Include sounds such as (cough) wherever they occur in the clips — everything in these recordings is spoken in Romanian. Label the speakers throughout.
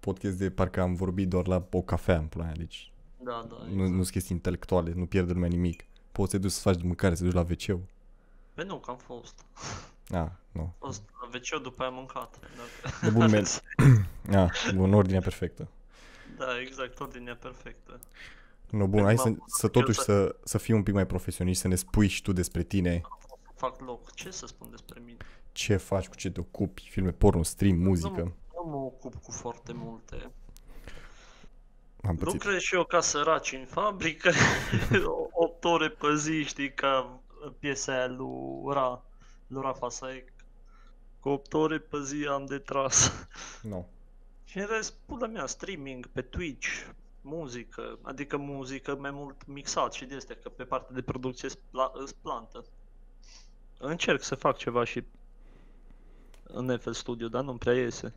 Speaker 1: podcast de parcă am vorbit doar la o cafea în plan, deci
Speaker 2: Da, da.
Speaker 1: nu, nu sunt chestii intelectuale, nu pierde lumea nimic. Poți să te duci să faci de mâncare, să te duci la wc -ul.
Speaker 2: Bă, nu, că am fost.
Speaker 1: A, nu.
Speaker 2: Am fost la wc după aia am mâncat. Da. Dacă-
Speaker 1: De
Speaker 2: (laughs)
Speaker 1: bun mers. (laughs) A, bun, ordinea perfectă.
Speaker 2: Da, exact, ordinea perfectă.
Speaker 1: Nu,
Speaker 2: Deci
Speaker 1: bun, hai să, să totuși să, să fii un pic mai profesionist, să ne spui și tu despre tine,
Speaker 2: Fac loc. Ce să spun despre mine?
Speaker 1: ce faci, cu ce te ocupi, filme porno, stream, muzică.
Speaker 2: Nu mă ocup cu foarte multe.
Speaker 1: Am pățit.
Speaker 2: Lucrez și eu ca săraci în fabrică, (laughs) 8 ore pe zi, știi, ca piesa aia lui Ra, lui Rafa Saec. Cu 8 ore pe zi am de tras.
Speaker 1: Nu.
Speaker 2: Și în rest, pula mea, streaming pe Twitch, muzică, adică muzică mai mult mixat și de astea, că pe partea de producție îs pla- îs plantă. Încerc să fac ceva și în FL Studio, dar nu-mi prea iese.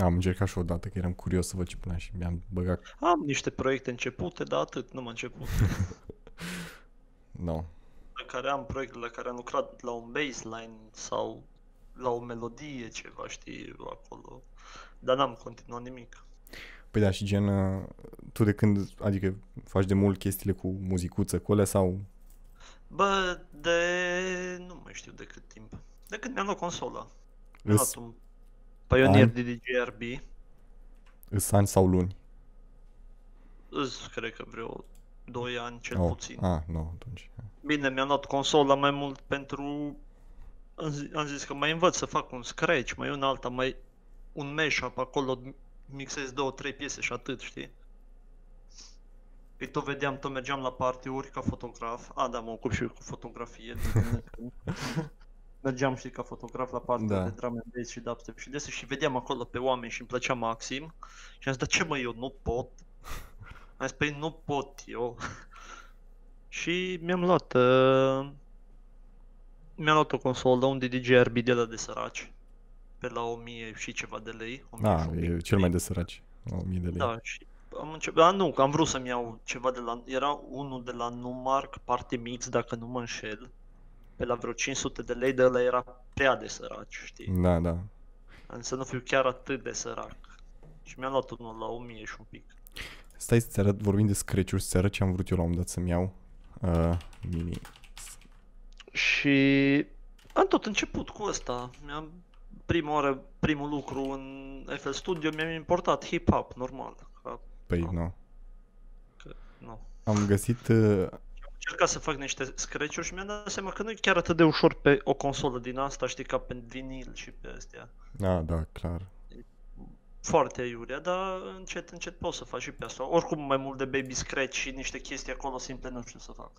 Speaker 1: Am încercat și odată, că eram curios să văd ce punea și mi-am băgat.
Speaker 2: Am niște proiecte începute, dar atât, nu m-am început.
Speaker 1: Nu.
Speaker 2: la care am proiecte la care am lucrat la un baseline sau la o melodie, ceva, știi, acolo. Dar n-am continuat nimic.
Speaker 1: Păi da, și gen, uh, tu de când, adică faci de mult chestiile cu muzicuță, cu alea sau...
Speaker 2: Bă, de... nu mai știu de cât timp. De când mi-am luat consola. Mi-am luat
Speaker 1: Îs,
Speaker 2: un Pioneer
Speaker 1: ani?
Speaker 2: de DJRB.
Speaker 1: îs ani sau luni?
Speaker 2: Îs, cred că vreo 2 ani cel
Speaker 1: Oh,
Speaker 2: puțin.
Speaker 1: A, nu, atunci.
Speaker 2: Bine, mi-am luat consola mai mult pentru... Am zis, am zis că mai învăț să fac un scratch, mai un alta, mai un mashup acolo, mixez două, trei piese și atât, știi? Păi tot vedeam, tot mergeam la partiuri ca fotograf. A, da, mă ocup și eu cu fotografie. bine. mergeam, știi, ca fotograf la partea
Speaker 1: Da.
Speaker 2: de drum and bass și dubstep și de și vedeam acolo pe oameni și îmi plăcea maxim. Și am zis, dar ce mă, eu nu pot? Am zis, păi nu pot eu. și mi-am luat... Uh, mi-am luat o consolă, un DDGRB de la de săraci. Pe la 1000 și ceva de lei. 1000
Speaker 1: Da,
Speaker 2: și un pic
Speaker 1: e
Speaker 2: de
Speaker 1: cel
Speaker 2: lei.
Speaker 1: mai de săraci. La 1000 de lei.
Speaker 2: Da, și am început, da, nu, că am vrut să-mi iau ceva de la, era unul de la Numark, parte miți, dacă nu mă înșel, pe la vreo 500 de lei, de ăla era prea de săraci, știi?
Speaker 1: Da, da.
Speaker 2: Am zis să nu fiu chiar atât de sărac. Și mi-am luat unul la 1000 și un pic.
Speaker 1: Stai să-ți arăt, vorbim de scratch-uri, să-ți arăt ce am vrut eu la un moment dat să-mi iau. Uh, mini.
Speaker 2: Și am tot început cu ăsta. Mi-am, prima oară, primul lucru în FL Studio mi-am importat hip-hop, normal. Că,
Speaker 1: Păi,
Speaker 2: Ah.
Speaker 1: nu.
Speaker 2: că, nu.
Speaker 1: Am găsit... Uh,
Speaker 2: încercat să fac niște scratch-uri și mi-am dat seama că nu e chiar atât de ușor pe o consolă din asta, știi, ca pe vinil și pe astea.
Speaker 1: da, da, clar.
Speaker 2: Foarte aiurea, dar încet, încet poți să faci și pe asta. Oricum mai mult de baby scratch și niște chestii acolo simple nu știu să fac.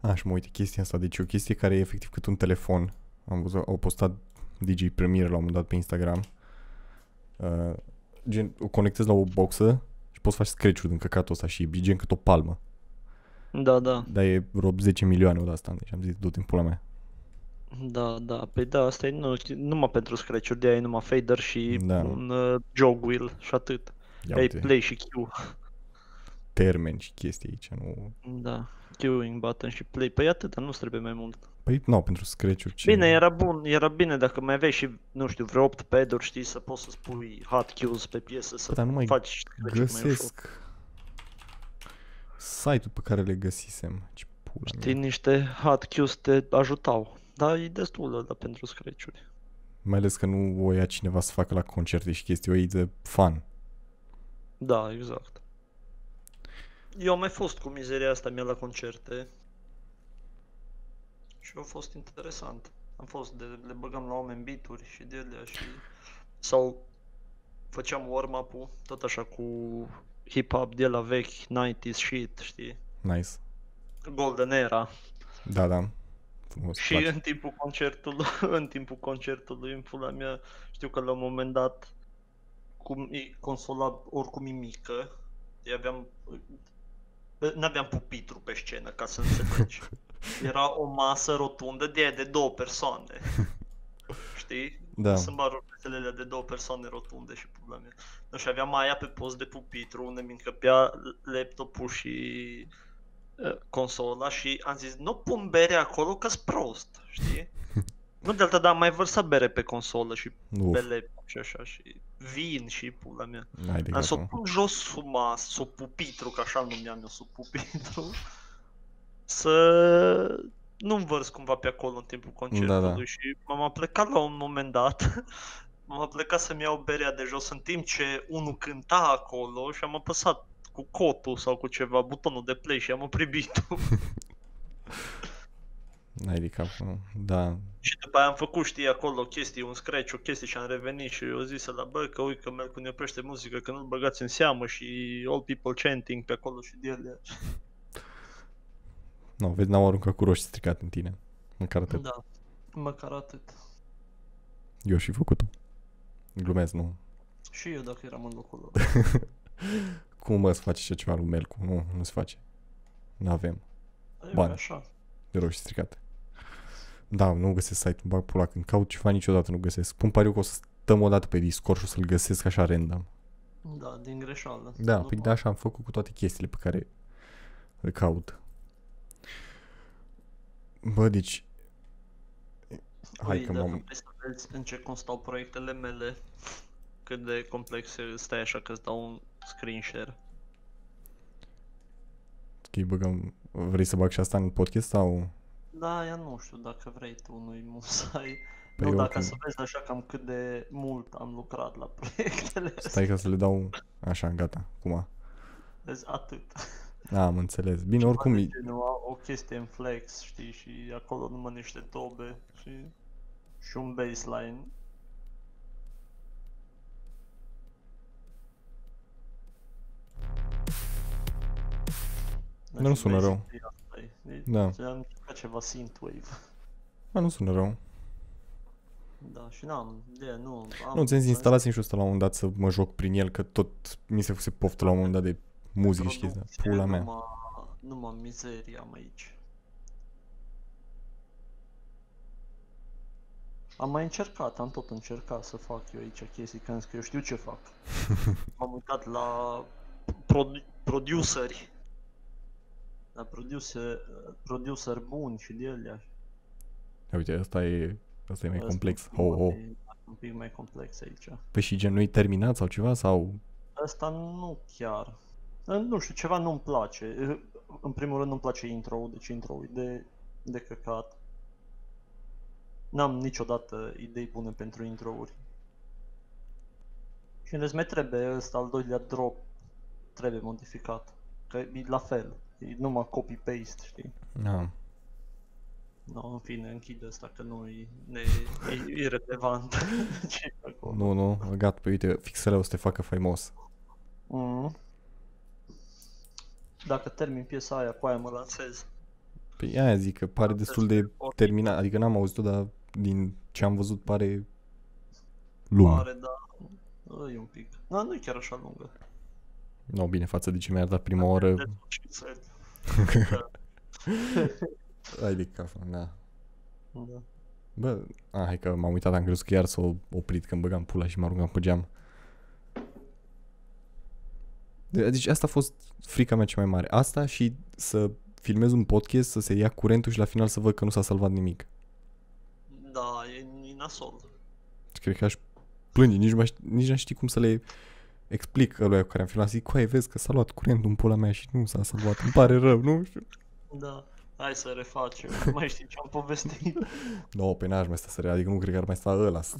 Speaker 1: A, Ah, și mă uite, chestia asta, deci e o chestie care e efectiv cât un telefon. Am văzut, au postat DJ Premier la un moment dat pe Instagram. Uh, gen, o conectezi la o boxă și poți face scratch-uri din căcatul ăsta și e gen cât o palmă.
Speaker 2: Da, da,
Speaker 1: Dar e vreo 10 milioane de asta, deci am zis, du-te în pula mea.
Speaker 2: da, da, păi da, asta e nu, știi, numai pentru scratch-uri, de-aia e numai fader și
Speaker 1: Da.
Speaker 2: un uh, jog wheel și atât.
Speaker 1: Ia
Speaker 2: Ai
Speaker 1: uite,
Speaker 2: play și Q.
Speaker 1: termeni și chestii aici, nu...
Speaker 2: Da, queuing button și play, păi atât, nu trebuie mai mult.
Speaker 1: Păi, nu, pentru scratch-uri ce...
Speaker 2: Bine, era bun, era bine dacă mai aveai și, nu știu, vreo 8 peduri, știi, să poți să spui hot cues pe piesă, să
Speaker 1: Bă, Păi, dar nu mai
Speaker 2: faci scratch-uri mai ușor.
Speaker 1: Găsesc site-ul pe care le găsisem. Ce pula
Speaker 2: Știi,
Speaker 1: mea.
Speaker 2: niște hot cues te ajutau, dar e destul ăla pentru scratch-uri.
Speaker 1: Mai ales că nu o ia cineva să facă la concerte și chestii, o iei de fan.
Speaker 2: Da, exact. Eu am mai fost cu mizeria asta mea la concerte și a fost interesant. Am fost, de, le băgam la oameni bituri și de alea și... Sau făceam warm-up-ul, tot așa cu hip-hop de la vechi, 90s shit, știi?
Speaker 1: Nice.
Speaker 2: Golden Era.
Speaker 1: Da, da. Frumos,
Speaker 2: Și
Speaker 1: place.
Speaker 2: în timpul concertului, (laughs) în timpul concertului, în pula mea, știu că la un moment dat, cum e consola oricum e mică, eu aveam, bă, n-aveam pupitru pe scenă, ca să înțelegi. Era o masă rotundă de aia de două persoane. Știi?
Speaker 1: Da.
Speaker 2: Sunt doar rotelele de două persoane rotunde și pula mea. Nu și aveam aia pe post de pupitru unde mi încăpea laptopul și
Speaker 1: (laughs)
Speaker 2: uh, eh, consola și am zis nu pun bere acolo că prost, știi? Nu de alta, dar am mai vărsat bere pe consolă și
Speaker 1: Uf,
Speaker 2: bele și așa și vin și pula mea.
Speaker 1: hai de
Speaker 2: Am să o
Speaker 1: gata, mă.
Speaker 2: pun jos sub, ma, sub pupitru, că așa îl numeam eu sub pupitru. Să nu-mi vărs cumva pe acolo în timpul concertului
Speaker 1: Da, da.
Speaker 2: și m-am aplecat la un moment dat. (laughs) M-am aplecat să-mi iau berea de jos în timp ce unul cânta acolo și am apăsat cu cotul sau cu ceva, butonul de play și am oprit (laughs) beat
Speaker 1: Hai de cap, mă. Da,
Speaker 2: Și după aia am făcut, știi, acolo chestii, un scratch, o chestie și am revenit și eu zis la bă, că uite că merg ne oprește muzică, că nu-l băgați în seamă și all people chanting pe acolo și de ele.
Speaker 1: nu, vezi, n-au aruncat cu roșii stricat în tine. Măcar atât.
Speaker 2: Da, măcar atât.
Speaker 1: Eu și făcut-o. Glumesc, nu.
Speaker 2: Și eu dacă eram în locul lor.
Speaker 1: Cum mă, să face așa ceva lui Melcu? Nu, nu se face. N-avem.
Speaker 2: Dar e
Speaker 1: Bani.
Speaker 2: Așa.
Speaker 1: De roșii stricate. Da, nu găsesc site-ul, bag pula. Când caut ceva, niciodată nu găsesc. Pun pariu că o să stăm o dată pe Discord și o să-l găsesc așa random.
Speaker 2: Da, din greșeală.
Speaker 1: Da,
Speaker 2: Nu
Speaker 1: păi
Speaker 2: pot.
Speaker 1: da, așa am făcut cu toate chestiile pe care le caut. Bă, deci... Hai
Speaker 2: Ui,
Speaker 1: că
Speaker 2: Păi, dacă
Speaker 1: m-am...
Speaker 2: vrei să vezi în ce constau proiectele mele, cât de complexe, stai așa că îți dau un screen share.
Speaker 1: Ok, băgăm... Vrei să bag și asta în podcast sau...
Speaker 2: Da, ea nu știu dacă vrei tu, nu-i (laughs) musai.
Speaker 1: Păi
Speaker 2: nu,
Speaker 1: eu
Speaker 2: dacă
Speaker 1: când-
Speaker 2: să vezi așa cam cât de mult am lucrat la (laughs) proiectele astea.
Speaker 1: Stai ca să le dau... Așa, gata, cum
Speaker 2: Vezi, atât.
Speaker 1: Da, am înțeles. Bine, oricum...
Speaker 2: Poate
Speaker 1: e-
Speaker 2: genul, a- o chestie în flex, știi, și acolo numai niște tobe și, și un baseline.
Speaker 1: Dar nu sună rău. Da.
Speaker 2: Da. Am încercat ceva synthwave.
Speaker 1: A, nu sună rău.
Speaker 2: Da, și n-am, de nu am...
Speaker 1: Nu, ți-am zis, instalați-mi și ăsta la un moment dat să mă joc prin el, că tot mi se fuse poftă la un moment dat de muzică și chestia.
Speaker 2: producție,
Speaker 1: Pula mea.
Speaker 2: Numai, numai mizerie am aici. Am mai încercat, am tot încercat să fac eu aici chestii, că am zis că eu știu ce fac.
Speaker 1: (laughs)
Speaker 2: M-am uitat la produ- produceri. La producer, producer buni și de alea.
Speaker 1: Ia uite, asta e... Asta e mai
Speaker 2: Ăsta
Speaker 1: complex.
Speaker 2: un pic
Speaker 1: Ho, ho.
Speaker 2: mai- Un pic mai complex aici.
Speaker 1: Păi și gen, nu-i terminat sau ceva? Sau...
Speaker 2: Asta nu chiar. Nu știu, ceva nu-mi place. În primul rând nu-mi place intro deci intro e de, de căcat. N-am niciodată idei bune pentru introuri. Și în rest mai trebuie ăsta, al doilea drop, trebuie modificat. Că e la fel, e numai copy-paste, știi?
Speaker 1: Da.
Speaker 2: No, în fine, închid asta că nu e, e, e irrelevant (laughs) ce e acolo.
Speaker 1: Nu, nu, gata, păi uite, fixele o să te facă faimos.
Speaker 2: Mm. Dacă termin piesa aia, cu aia mă lansez.
Speaker 1: Păi aia zic că pare destul de terminat, adică n-am auzit-o, dar din ce am văzut pare lung.
Speaker 2: Pare, da. E un pic. Da, nu e chiar așa lungă.
Speaker 1: Nu, bine, față de ce mi-a dat prima oră,
Speaker 2: De ce
Speaker 1: ai de cap, da.
Speaker 2: da.
Speaker 1: Bă, a, hai că m-am uitat, am crezut că iar s-a oprit când băgam pula și mă aruncam pe geam. De- Deci asta a fost frica mea cea mai mare. Asta și să filmez un podcast, să se ia curentul și la final să văd că nu s-a salvat nimic.
Speaker 2: da, e, e nasol.
Speaker 1: Și Deci cred că aș plânge, nici, nu mai, șt- nici n-aș ști cum să le explic ăluia cu care am filmat. Zic, coai, vezi că s-a luat curentul în pula mea și nu s-a salvat. Îmi pare rău, nu știu.
Speaker 2: Da. Hai să refacem. (laughs) Mai știi ce am povestit?
Speaker 1: No, pe n-aș mai sta să re... Adică nu cred că ar mai sta ăla să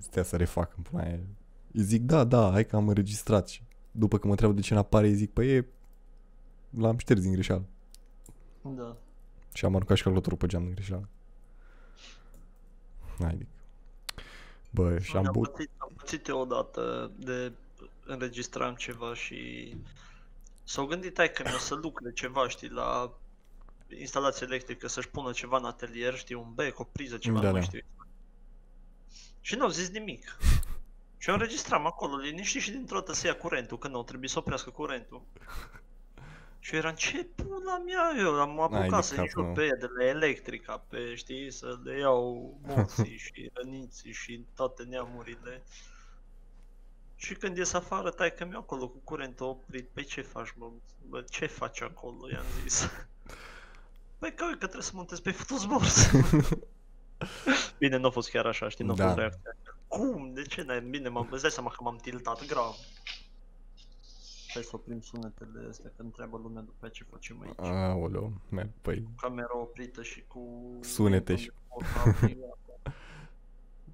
Speaker 1: stea să refac în pula aia. Îi zic, da, da, hai că am înregistrat și după că mă întreabă de ce n-apare, îi zic, păi e... L-am șters din greșeală.
Speaker 2: Da.
Speaker 1: Și am aruncat și calculatorul pe geam din greșeală. Hai, adică. Bă, și am
Speaker 2: am,
Speaker 1: băut...
Speaker 2: pățit, am pățit eu odată de înregistram ceva și s-au gândit ai că mi-o să lucre ceva, știi, la instalație electrică, să-și pună ceva în atelier, știi, un bec, o priză, ceva,
Speaker 1: Da,
Speaker 2: nu mai
Speaker 1: da.
Speaker 2: știu. Și n-au zis nimic. Și eu înregistram acolo, liniștit și dintr-o dată se ia curentul, când au trebuit să oprească curentul. Și eu eram, ce pula mea, eu am apucat
Speaker 1: de
Speaker 2: să-i
Speaker 1: capul
Speaker 2: joc
Speaker 1: meu.
Speaker 2: pe ea de la electrica, pe, știi, să le iau morții și răniții și toate neamurile. Și când ies afară, tai că mi acolo cu curentul oprit, pe ce faci, mă? Bă, ce faci (laughs) acolo, i-am zis. Păi că, uite că trebuie să montez pe fotozbor. Bine, nu a fost chiar așa, știi, nu a
Speaker 1: Da.
Speaker 2: fost reacția. Cum? De ce? n Bine, m-am, îți dai seama că m-am tiltat grav. Hai să oprim sunetele astea, că întreabă lumea după ce facem aici.
Speaker 1: Aoleu, merg, păi,
Speaker 2: Camera oprită și cu...
Speaker 1: Sunete și-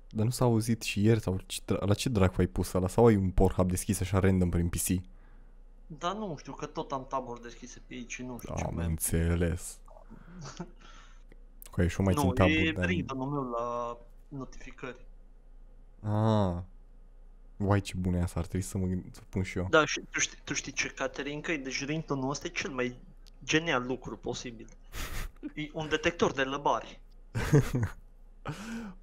Speaker 1: dar nu s-a auzit și ieri sau ce dra- la ce dracu ai pus ăla? Sau ai un porhub deschis așa random prin PC?
Speaker 2: (laughs) Dar nu știu, că tot am taburi deschise pe aici și nu știu ce
Speaker 1: Am
Speaker 2: mai...
Speaker 1: înțeles. Că ai și mai
Speaker 2: Nu,
Speaker 1: țin
Speaker 2: e
Speaker 1: taburi, dar...
Speaker 2: ringtone-ul meu la notificări.
Speaker 1: Ah. Uai, ce bună e asta, ar trebui să mă gând- să pun și eu.
Speaker 2: Da, și tu știi, tu știi ce, Caterin, că deci ringtone-ul ăsta e cel mai genial lucru
Speaker 1: (laughs)
Speaker 2: posibil. E un detector de lăbari.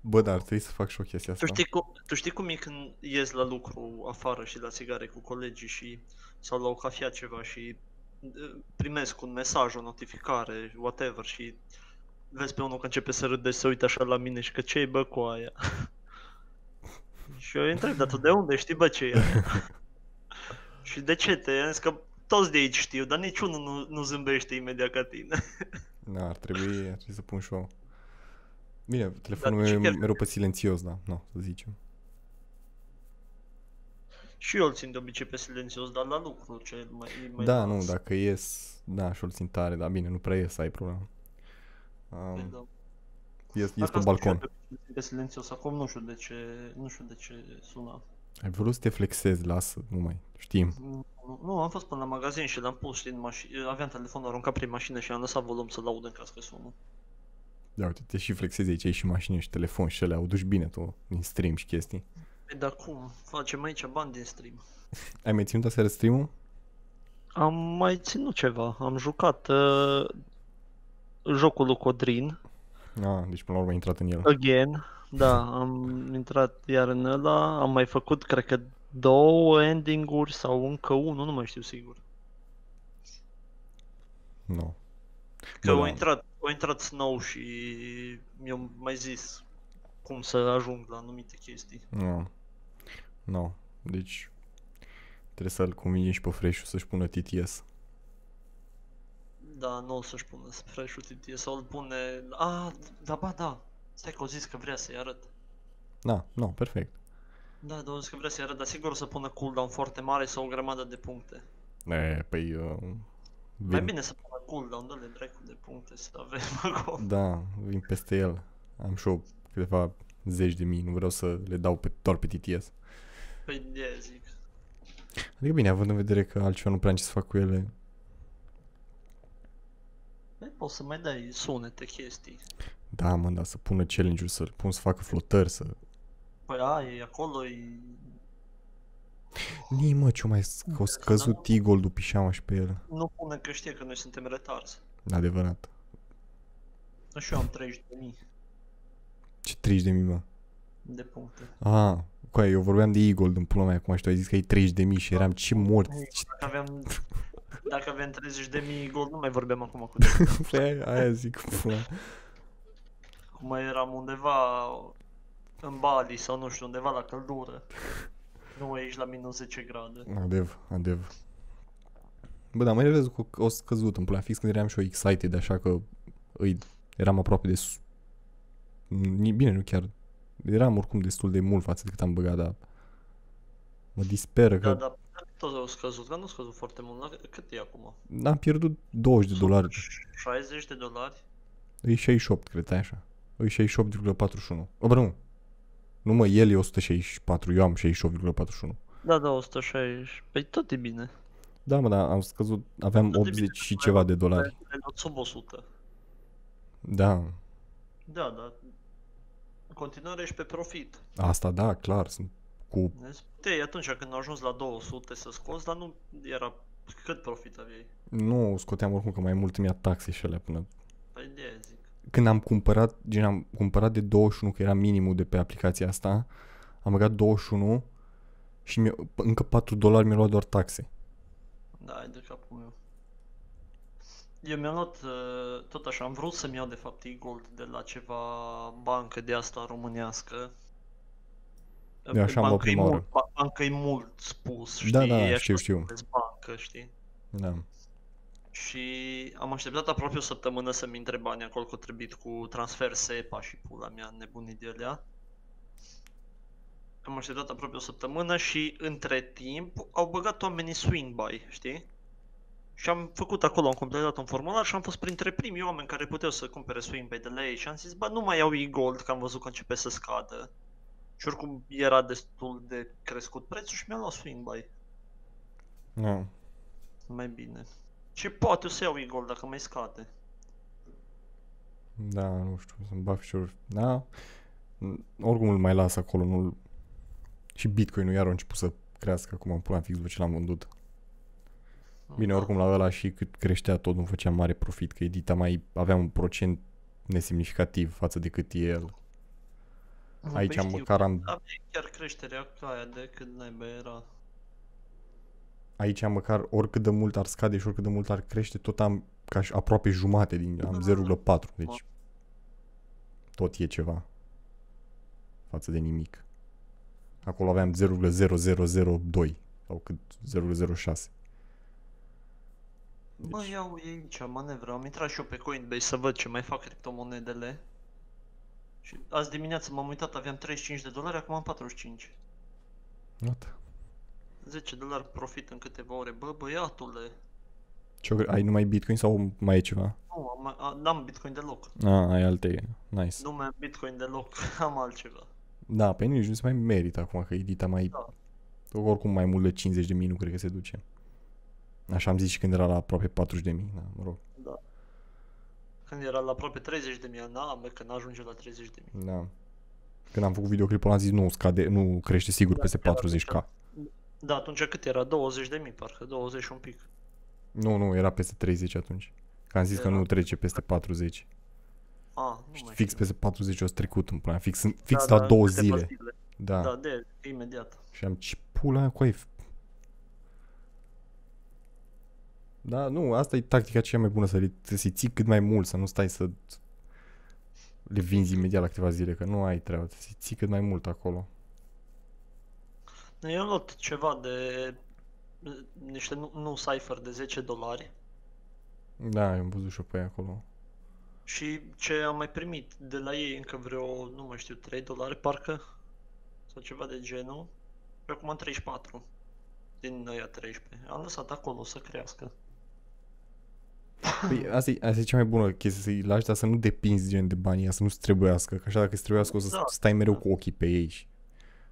Speaker 1: Bă, dar ar trebui să fac și o chestie
Speaker 2: Tu
Speaker 1: asta.
Speaker 2: știi, cum, tu știi cum e când ies la lucru afară și la țigare cu colegii și sau la o cafea ceva și uh, primesc un mesaj, o notificare, whatever și vezi pe unul că începe să râde și se uită așa la mine și că ce-i bă cu aia? (laughs) și eu îi întreb, dar tu de unde știi bă ce
Speaker 1: (laughs)
Speaker 2: e aia?" Și de ce te? Am zis că toți de aici știu, dar niciunul nu, nu zâmbește imediat ca tine. (laughs)
Speaker 1: Da, ar trebui, ar trebui să pun și eu. Bine, telefonul
Speaker 2: Da, și
Speaker 1: meu e
Speaker 2: chiar-
Speaker 1: mereu pe silențios, da, nu, să zicem.
Speaker 2: și eu îl țin de obicei pe silențios, dar la lucru ce e mai, e mai
Speaker 1: Da,
Speaker 2: las.
Speaker 1: nu, dacă ies, da, și-o țin tare, dar bine, nu prea ies, ai problemă.
Speaker 2: Păi
Speaker 1: Um,
Speaker 2: da.
Speaker 1: ies, ies
Speaker 2: Dacă
Speaker 1: pe
Speaker 2: am
Speaker 1: balcon.
Speaker 2: stat și eu Pe silențios acum nu știu de ce, nu știu de ce suna.
Speaker 1: Ai vrut să te flexezi, lasă, nu mai, știm.
Speaker 2: Nu, nu, am fost până la magazin și l-am pus în mașină, aveam telefonul aruncat prin mașină și am lăsat volum să-l aud în caz că sună.
Speaker 1: Da, uite, te și flexezi aici, ai și mașină și telefon și le aduci bine tu din stream și chestii.
Speaker 2: Păi dar cum? Facem aici bani din stream.
Speaker 1: Ai mai ținut aseară stream-ul?
Speaker 2: Am mai ținut ceva, am jucat uh, jocul lui Codrin,
Speaker 1: Ah, deci până la urmă ai intrat în el.
Speaker 2: Păi- again, da, am intrat iar în ăla, am mai făcut cred că două ending-uri sau încă unul, nu mai știu sigur.
Speaker 1: Nu. No.
Speaker 2: Că
Speaker 1: Bă,
Speaker 2: au
Speaker 1: da.
Speaker 2: intrat, au intrat Snow și mi-au mai zis cum să ajung la anumite chestii.
Speaker 1: Nu. Nu. Deci trebuie să-l convingem și pe Fresh să-și pună TTS.
Speaker 2: Da, nu o să-și pună spre șutitie sau îl pune... A, da, ba, da. Stai că au zis că vrea să-i arăt.
Speaker 1: Da, nu, perfect.
Speaker 2: Da, dar au zis că vrea să-i arăt, dar sigur o să pună cooldown foarte mare sau o grămadă de puncte.
Speaker 1: E, păi... Uh, vin,
Speaker 2: Mai bine să pună cooldown, dă-le dracu de puncte să avem (laughs) acolo.
Speaker 1: Da, vin peste el. Am și eu câteva zeci de mii, nu vreau să le dau pe, doar pe TTS.
Speaker 2: Păi de zic.
Speaker 1: Adică bine, având în vedere că altceva nu prea am ce să fac cu ele,
Speaker 2: Păi poți să mai dai sunete, chestii.
Speaker 1: da, mă, da, să pună challenge-uri, să-l pun să facă flotări, să...
Speaker 2: Păi a, e acolo, e...
Speaker 1: Nii, mă, ce mai sc- o scăzut Eagle după pișama și pe el.
Speaker 2: Nu pune că știe că noi suntem retarzi.
Speaker 1: Adevărat.
Speaker 2: Nu știu, eu am 30 de mii
Speaker 1: Ce 30 de mii, mă.
Speaker 2: de puncte.
Speaker 1: Ah, cu aia, eu vorbeam de Eagle în pula mea acum și tu ai zis că ai 30 de mii și eram ce mort. (laughs) Ce
Speaker 2: Dacă aveam, dacă aveam 30 de mii gol, nu mai vorbeam acum cu
Speaker 1: Păi aia, aia zic pula.
Speaker 2: Cum mai eram undeva în Bali sau nu știu, undeva la căldură. Nu aici la minus 10 grade.
Speaker 1: Adev, adev. Bă, dar mai revez cu o scăzut în pula fix când eram și eu excited, așa că îi, eram aproape de... su- Ni- Bine, nu chiar. Eram oricum destul de mult față de cât am băgat, dar... Mă disperă că
Speaker 2: Da, da, tot au scăzut, că nu au scăzut foarte mult. La- Cât e acum?
Speaker 1: am pierdut 20 de dolari.
Speaker 2: 60 de dolari?
Speaker 1: Îi 68, cred, stai așa. Îi 68,41. O, bă, nu. Nu mă, el e 164, eu am 68,41.
Speaker 2: Da, da, 160. Păi tot e bine.
Speaker 1: Da, mă, dar am scăzut, aveam
Speaker 2: Tot e bine,
Speaker 1: 80 și
Speaker 2: mai
Speaker 1: ceva de dolari.
Speaker 2: Ai luat sub 100.
Speaker 1: Da,
Speaker 2: Da, da. În continuare ești pe profit.
Speaker 1: asta da, clar, sunt cu
Speaker 2: Vezi? Puteai atunci când au ajuns la 200 să scoți, dar nu era cât profit aveai.
Speaker 1: Nu scoteam oricum că mai mult mi-a taxe și alea până...
Speaker 2: Păi de zic.
Speaker 1: Când am cumpărat, gen am cumpărat de 21, că era minimul de pe aplicația asta, am băgat 21 și mi încă 4 dolari mi-au luat doar taxe.
Speaker 2: Da, ai de capul meu. Eu mi-am luat, uh, tot așa, am vrut să-mi iau de fapt e-gold de la ceva bancă de asta românească.
Speaker 1: Eu așa am luat
Speaker 2: Bancă-i
Speaker 1: prima
Speaker 2: mult- ba- Bancă-i mult spus, știi?
Speaker 1: Da, da,
Speaker 2: E
Speaker 1: știu,
Speaker 2: așa
Speaker 1: știu.
Speaker 2: Bancă, știi?
Speaker 1: Da.
Speaker 2: Și am așteptat aproape o săptămână să-mi intre banii acolo că trebuit cu transfer SEPA și pula mea nebunit de alea. Am așteptat aproape o săptămână și între timp au băgat oamenii swing by, știi? Și am făcut acolo, am completat un formular și am fost printre primii oameni care puteau să cumpere swing by de la ei și am zis, bă, nu mai iau e-gold, că am văzut că începe să scadă. Și oricum era destul de crescut prețul și mi-am luat swing by.
Speaker 1: Da.
Speaker 2: Mai bine. Și poate o să iau e-gold dacă mai scade.
Speaker 1: Da, nu știu, să-mi bag piciorul. Da. N- Oricum îl mai las acolo, nu Și Bitcoin-ul iar a început să crească acum, până fix după ce l-am vândut.
Speaker 2: Ah.
Speaker 1: Bine, oricum la ăla și cât creștea tot nu făceam mare profit, că edita mai avea un procent nesemnificativ față de cât e el.
Speaker 2: Mm,
Speaker 1: Aici
Speaker 2: păi
Speaker 1: am
Speaker 2: știu,
Speaker 1: măcar am,
Speaker 2: Aveai chiar creșterea ca aia de când naiba era.
Speaker 1: aici am măcar oricât de mult ar scade și oricât de mult ar crește, tot am ca și aproape jumate din, am 0,4, deci tot e ceva față de nimic. Acolo aveam 0,0002 sau cât 0,06. Deci-
Speaker 2: Bă, iau e aici manevră, am intrat și eu pe Coinbase să văd ce mai fac criptomonedele. Și azi dimineață m-am uitat, aveam 35 de dolari, acum am 45.
Speaker 1: Not.
Speaker 2: 10 dolari profit în câteva ore, bă băiatule.
Speaker 1: Ce, ai numai Bitcoin sau mai e ceva?
Speaker 2: Nu, am, mai- a, n-am Bitcoin deloc.
Speaker 1: Ah, ai alte, nice.
Speaker 2: Nu mai am Bitcoin deloc, (laughs) am altceva.
Speaker 1: Da, pe nici nu se mai merită acum că edita mai...
Speaker 2: Da.
Speaker 1: Oricum mai mult de 50 de mii nu cred că se duce. Așa am zis și când era la aproape 40 de mii, da, mă rog.
Speaker 2: Când era la aproape 30 de mii, n-am, bă, că n-ajunge la 30 de mii.
Speaker 1: Da. Când am făcut videoclipul am zis nu, scade, nu crește sigur
Speaker 2: Da,
Speaker 1: peste
Speaker 2: chiar
Speaker 1: 40k.
Speaker 2: Da, atunci cât era? 20 de mii, parcă, 20 și un pic.
Speaker 1: Nu, nu, era peste 30 atunci. Că am zis că
Speaker 2: Era.
Speaker 1: nu trece peste 40.
Speaker 2: A, nu
Speaker 1: Și
Speaker 2: mai
Speaker 1: fix
Speaker 2: știu.
Speaker 1: peste 40 o trecut în plan, fix, în- fix
Speaker 2: Da,
Speaker 1: la
Speaker 2: da,
Speaker 1: două
Speaker 2: câteva
Speaker 1: zile. Da.
Speaker 2: Da, de, imediat.
Speaker 1: Și am ce pula mea, cu ai... f- Da, nu, asta e tactica cea mai bună, să le să ții cât mai mult, să nu stai să le vinzi imediat la câteva zile, că nu ai treabă, să ții cât mai mult acolo.
Speaker 2: Eu am luat ceva de niște nu, nu cipher de 10 dolari
Speaker 1: Da, am văzut și eu pe aia acolo.
Speaker 2: și ce am mai primit de la ei încă vreo, nu mai știu, 3 dolari parcă sau ceva de genul și acum am 34 din aia 13. Am lăsat acolo să crească.
Speaker 1: Păi asta e, asta e cea mai bună chestie, să-i lași, dar să nu depinzi gen de banii ăia, să nu-ți trebuiască, că așa dacă îți trebuiască o să
Speaker 2: Exact,
Speaker 1: stai mereu
Speaker 2: da.
Speaker 1: cu ochii pe ei. și-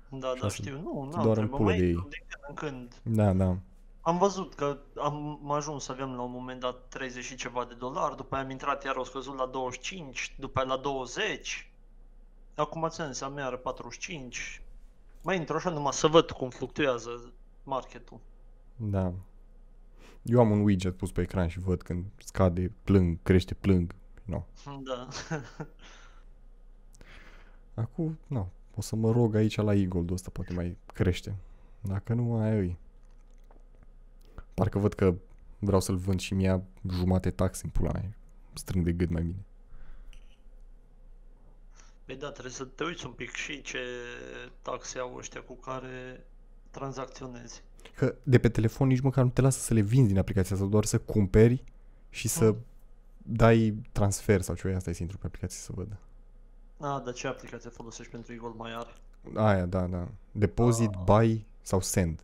Speaker 2: Da,
Speaker 1: Și asta
Speaker 2: da, știu, nu,
Speaker 1: te
Speaker 2: nu am
Speaker 1: doare în
Speaker 2: treabă,
Speaker 1: pulă
Speaker 2: mai
Speaker 1: de ei.
Speaker 2: intru din când în când.
Speaker 1: Da, da.
Speaker 2: Am văzut că am ajuns să avem la un moment dat 30 și ceva de dolari, după aia am intrat iar o scăzut la 25, după aia la 20. Acum țin seama iară 45. Mai intru așa numai să văd cum fluctuează marketul. (laughs)
Speaker 1: Da. Eu am un widget pus pe ecran și văd când scade, plâng, crește, plâng. Nu. No.
Speaker 2: Da.
Speaker 1: Acum, nu, o să mă rog aici la Eagle ăsta, poate mai crește. Dacă nu, mai îi. Parcă văd că vreau să-l vând și mi-a jumate tax în pula mea. Strâng de gât mai bine.
Speaker 2: Păi da, trebuie să te uiți un pic și ce taxe au ăștia cu care tranzacționezi.
Speaker 1: Că de pe telefon nici măcar nu te lasă să le vinzi din aplicația asta, doar să cumperi și să
Speaker 2: Mm.
Speaker 1: dai transfer sau ceva. Ia, Stai să intru pe aplicație să văd.
Speaker 2: A, dar ce aplicație folosești pentru Eagle mai are?
Speaker 1: Aia, da, da. Deposit,
Speaker 2: Ah.
Speaker 1: buy sau send.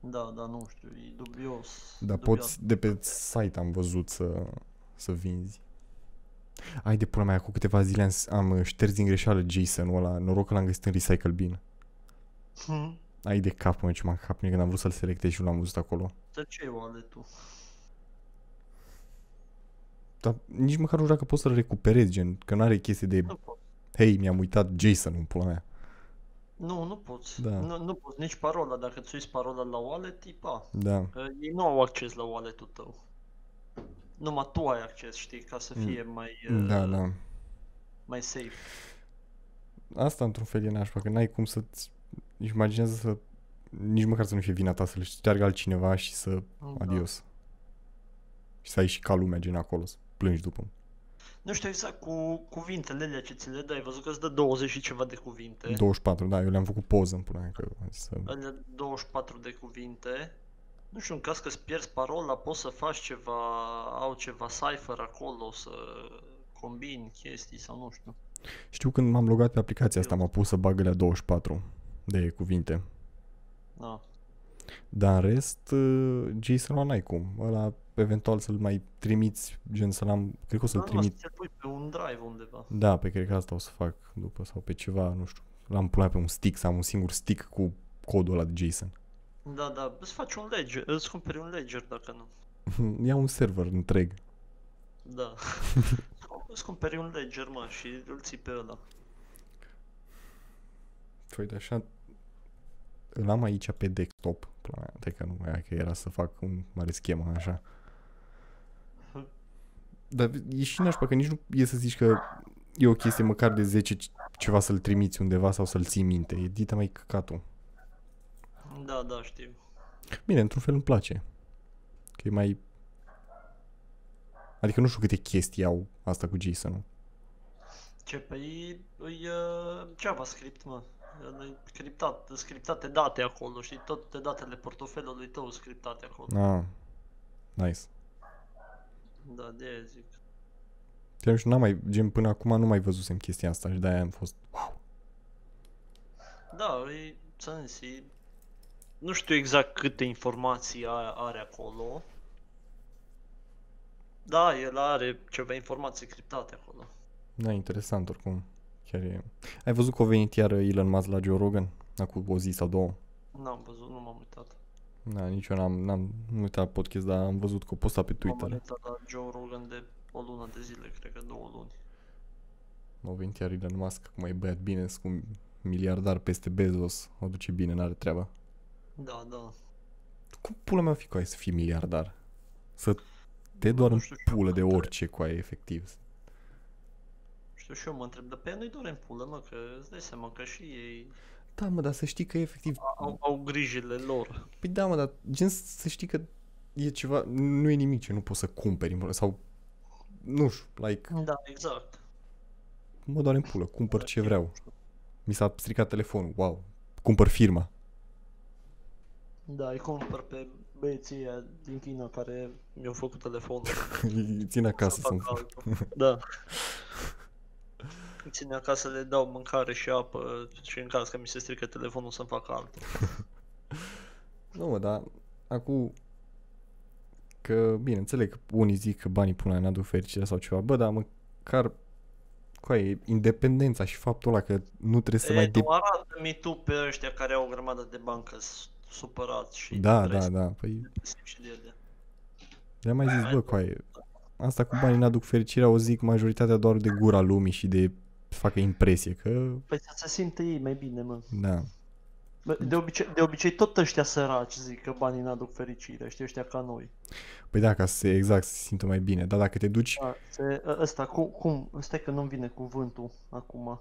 Speaker 2: Da, da, nu știu, e dubios.
Speaker 1: Dar
Speaker 2: dubios.
Speaker 1: poți, de pe site am văzut să, să vinzi. Ai de pula mea, acum câteva zile am, s- am uh, șters din greșeală Jason-ul ăla, noroc că l-am găsit în recycle bin.
Speaker 2: Hmm?
Speaker 1: Ai de cap, mă, ce m-am cap când am vrut să-l selectez și nu l-am văzut acolo.
Speaker 2: Dar ce e wallet-ul?
Speaker 1: Dar nici măcar nu știu dacă poți să-l recuperezi, gen, că nu are chestie de,
Speaker 2: Nu pot.
Speaker 1: hei, mi-am uitat Jason în pula mea.
Speaker 2: Nu, nu poți.
Speaker 1: Da.
Speaker 2: Nu, nu poți nici parola. Dacă îți uiți parola la wallet, e pa.
Speaker 1: Da,
Speaker 2: Că Ei nu au acces la wallet-ul tău. Numai tu ai acces, știi, ca să
Speaker 1: Mm.
Speaker 2: fie mai,
Speaker 1: da,
Speaker 2: uh,
Speaker 1: da.
Speaker 2: mai safe.
Speaker 1: Asta într-un fel e nașpa, că n-ai cum să-ți își imaginează să, nici măcar să nu fie vina ta, să-l șteargă altcineva și să
Speaker 2: Da.
Speaker 1: Adios. Și să ai și ca lumea gen acolo, să plângi după.
Speaker 2: Nu știu exact cu cuvintele alea ce ți le dai, ai văzut că îți dă 20 și ceva de cuvinte.
Speaker 1: 24, da, eu le-am făcut poză în până că am zis să...
Speaker 2: Alea 24 de cuvinte Nu știu, în caz că îți pierzi parola, poți să faci ceva, au ceva cipher acolo, să combini chestii sau nu știu.
Speaker 1: Știu când m-am logat pe aplicația asta, m-a pus să bag la 24 de cuvinte.
Speaker 2: Da.
Speaker 1: Dar în rest, uh, JSON-ul n-ai cum. Ăla, eventual, să-l mai trimiți, gen să-l am, cred că o să-l
Speaker 2: Dar nu,
Speaker 1: trimit.
Speaker 2: să-l pui pe un drive undeva.
Speaker 1: Da, pe cred că asta o să fac după sau pe ceva, nu știu. L-am pus pe un stick, să am un singur stick cu codul ăla de JSON. (laughs)
Speaker 2: Da, da, îți faci un ledger, îți cumperi un ledger dacă nu.
Speaker 1: Ia un server întreg.
Speaker 2: Da. îți cumperi un ledger, mă, și îl ții pe ăla.
Speaker 1: Păi de așa îl am aici pe desktop. Pula mea, de că nu mai că era să fac un mare schemă așa. Dar e și nașpa că nici nu e să zici că e o chestie măcar de 10 ce- ceva să-l trimiți undeva sau să-l ții minte. E dita mai căcatul.
Speaker 2: Da, da, știu.
Speaker 1: Bine, într-un fel îmi place. Că e mai... Adică nu știu câte chestii au asta cu JSON-ul.
Speaker 2: CPI îi uh, JavaScript, mă. Ăla-i Scriptat, sunt scriptate date acolo, știi, toate datele portofelului tău sunt scriptate acolo.
Speaker 1: Ah, nice.
Speaker 2: Da, de aia zic.
Speaker 1: Chiar nu știu, n-am mai, gen până acum nu mai văzusem chestia asta și de-aia am fost, wow.
Speaker 2: Da, e, să zis, e- nu știu exact câte informații a- are acolo. Da, el are ceva informații criptate acolo.
Speaker 1: Da, interesant oricum. Chiar e... Ai văzut că a venit iar Elon Musk la Joe Rogan? Acum o zi sau două.
Speaker 2: N-am văzut, nu m-am uitat.
Speaker 1: Da, nici eu n-am, n-am uitat podcast, dar am văzut că o posta pe
Speaker 2: M-am
Speaker 1: Twitter.
Speaker 2: uitat la da, Joe Rogan de o lună de zile, cred că două luni.
Speaker 1: Au venit iar Elon Musk, acum e băiat bine, sunt cu un miliardar peste Bezos, o duce bine, n-are treaba.
Speaker 2: Da, da.
Speaker 1: Cum pula mea fi cu aia să fii miliardar? Să te doar
Speaker 2: nu
Speaker 1: în
Speaker 2: știu și eu
Speaker 1: pulă
Speaker 2: cum
Speaker 1: de
Speaker 2: te-
Speaker 1: orice cu aia, efectiv.
Speaker 2: Știu și eu mă întreb, dar pe ea nu-i doar în pulă, mă, că îți dai seama că și ei
Speaker 1: Da, mă, dar să știi că e efectiv
Speaker 2: au, au grijile lor.
Speaker 1: Păi da, mă, dar gen să știi că e ceva, nu e nimic ce nu poți să cumperi în- sau nu știu, like,
Speaker 2: Da, exact.
Speaker 1: mă doare în pulă, cumpăr ce vreau. Mi s-a stricat telefonul, wow, cumpăr firma. (laughs)
Speaker 2: Da, îi cumpăr pe băieții ăia din China care mi-au făcut
Speaker 1: (laughs)
Speaker 2: telefonul.
Speaker 1: Țin acasă
Speaker 2: să
Speaker 1: să-mi
Speaker 2: fac
Speaker 1: fac.
Speaker 2: altul.
Speaker 1: (laughs)
Speaker 2: Da. Îmi Ține acasă, le dau mâncare și apă și în caz că mi se strică telefonul să-mi fac altul.
Speaker 1: Nu, mă, dar acum că, bine, înțeleg că unii zic că banii până la n-aduc fericirea sau ceva, bă, dar măcar cu aia, e independența și faptul ăla că nu trebuie să
Speaker 2: Ei,
Speaker 1: mai...
Speaker 2: nu
Speaker 1: De...
Speaker 2: arată-mi tu pe ăștia care au o grămadă de bancă s- supărat și
Speaker 1: Da,
Speaker 2: trebuie
Speaker 1: da,
Speaker 2: să
Speaker 1: da, păi
Speaker 2: te simți și de ele.
Speaker 1: Le-am mai zis,
Speaker 2: Hai,
Speaker 1: bă,
Speaker 2: bă.
Speaker 1: coaie, asta cu banii n-aduc fericirea, o zic majoritatea doar de gura lumii și de facă impresie că,
Speaker 2: Păi să se simte ei mai bine, mă.
Speaker 1: da,
Speaker 2: Bă, De obicei, de obicei tot ăștia săraci zic că banii n-aduc fericire, știi, ăștia ca noi.
Speaker 1: păi da, ca să se, exact, să se simtă mai bine, dar dacă te duci,
Speaker 2: A, se, ă- ăsta, cum, cum, stai că nu-mi vine cuvântul acum.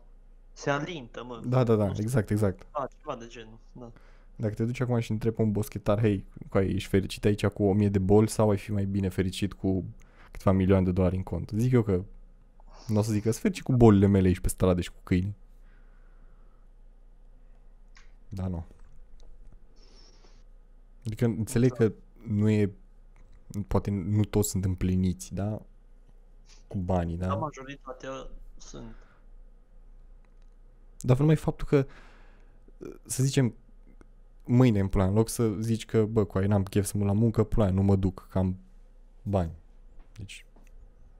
Speaker 2: Se alintă, mă.
Speaker 1: da, da, da, exact, exact,
Speaker 2: Da, ceva de genul, da.
Speaker 1: dacă te duci acum și întrebi pe un boschetar, hei, coaie, ești fericit aici cu 1000 de boli sau ai fi mai bine fericit cu câteva milioane de dolari în cont? Zic eu că, nu o să zic că sunt fericit cu bolile mele aici pe stradă și cu câini. Da, nu. Adică înțeleg că nu e, poate nu toți sunt împliniți, da? Cu banii, da?
Speaker 2: Da, majoritatea sunt.
Speaker 1: Dar numai faptul că, să zicem, mâine în plan, în loc să zici că, bă, cu ai n-am chef să mă la muncă, plan, nu mă duc, că am bani. Deci,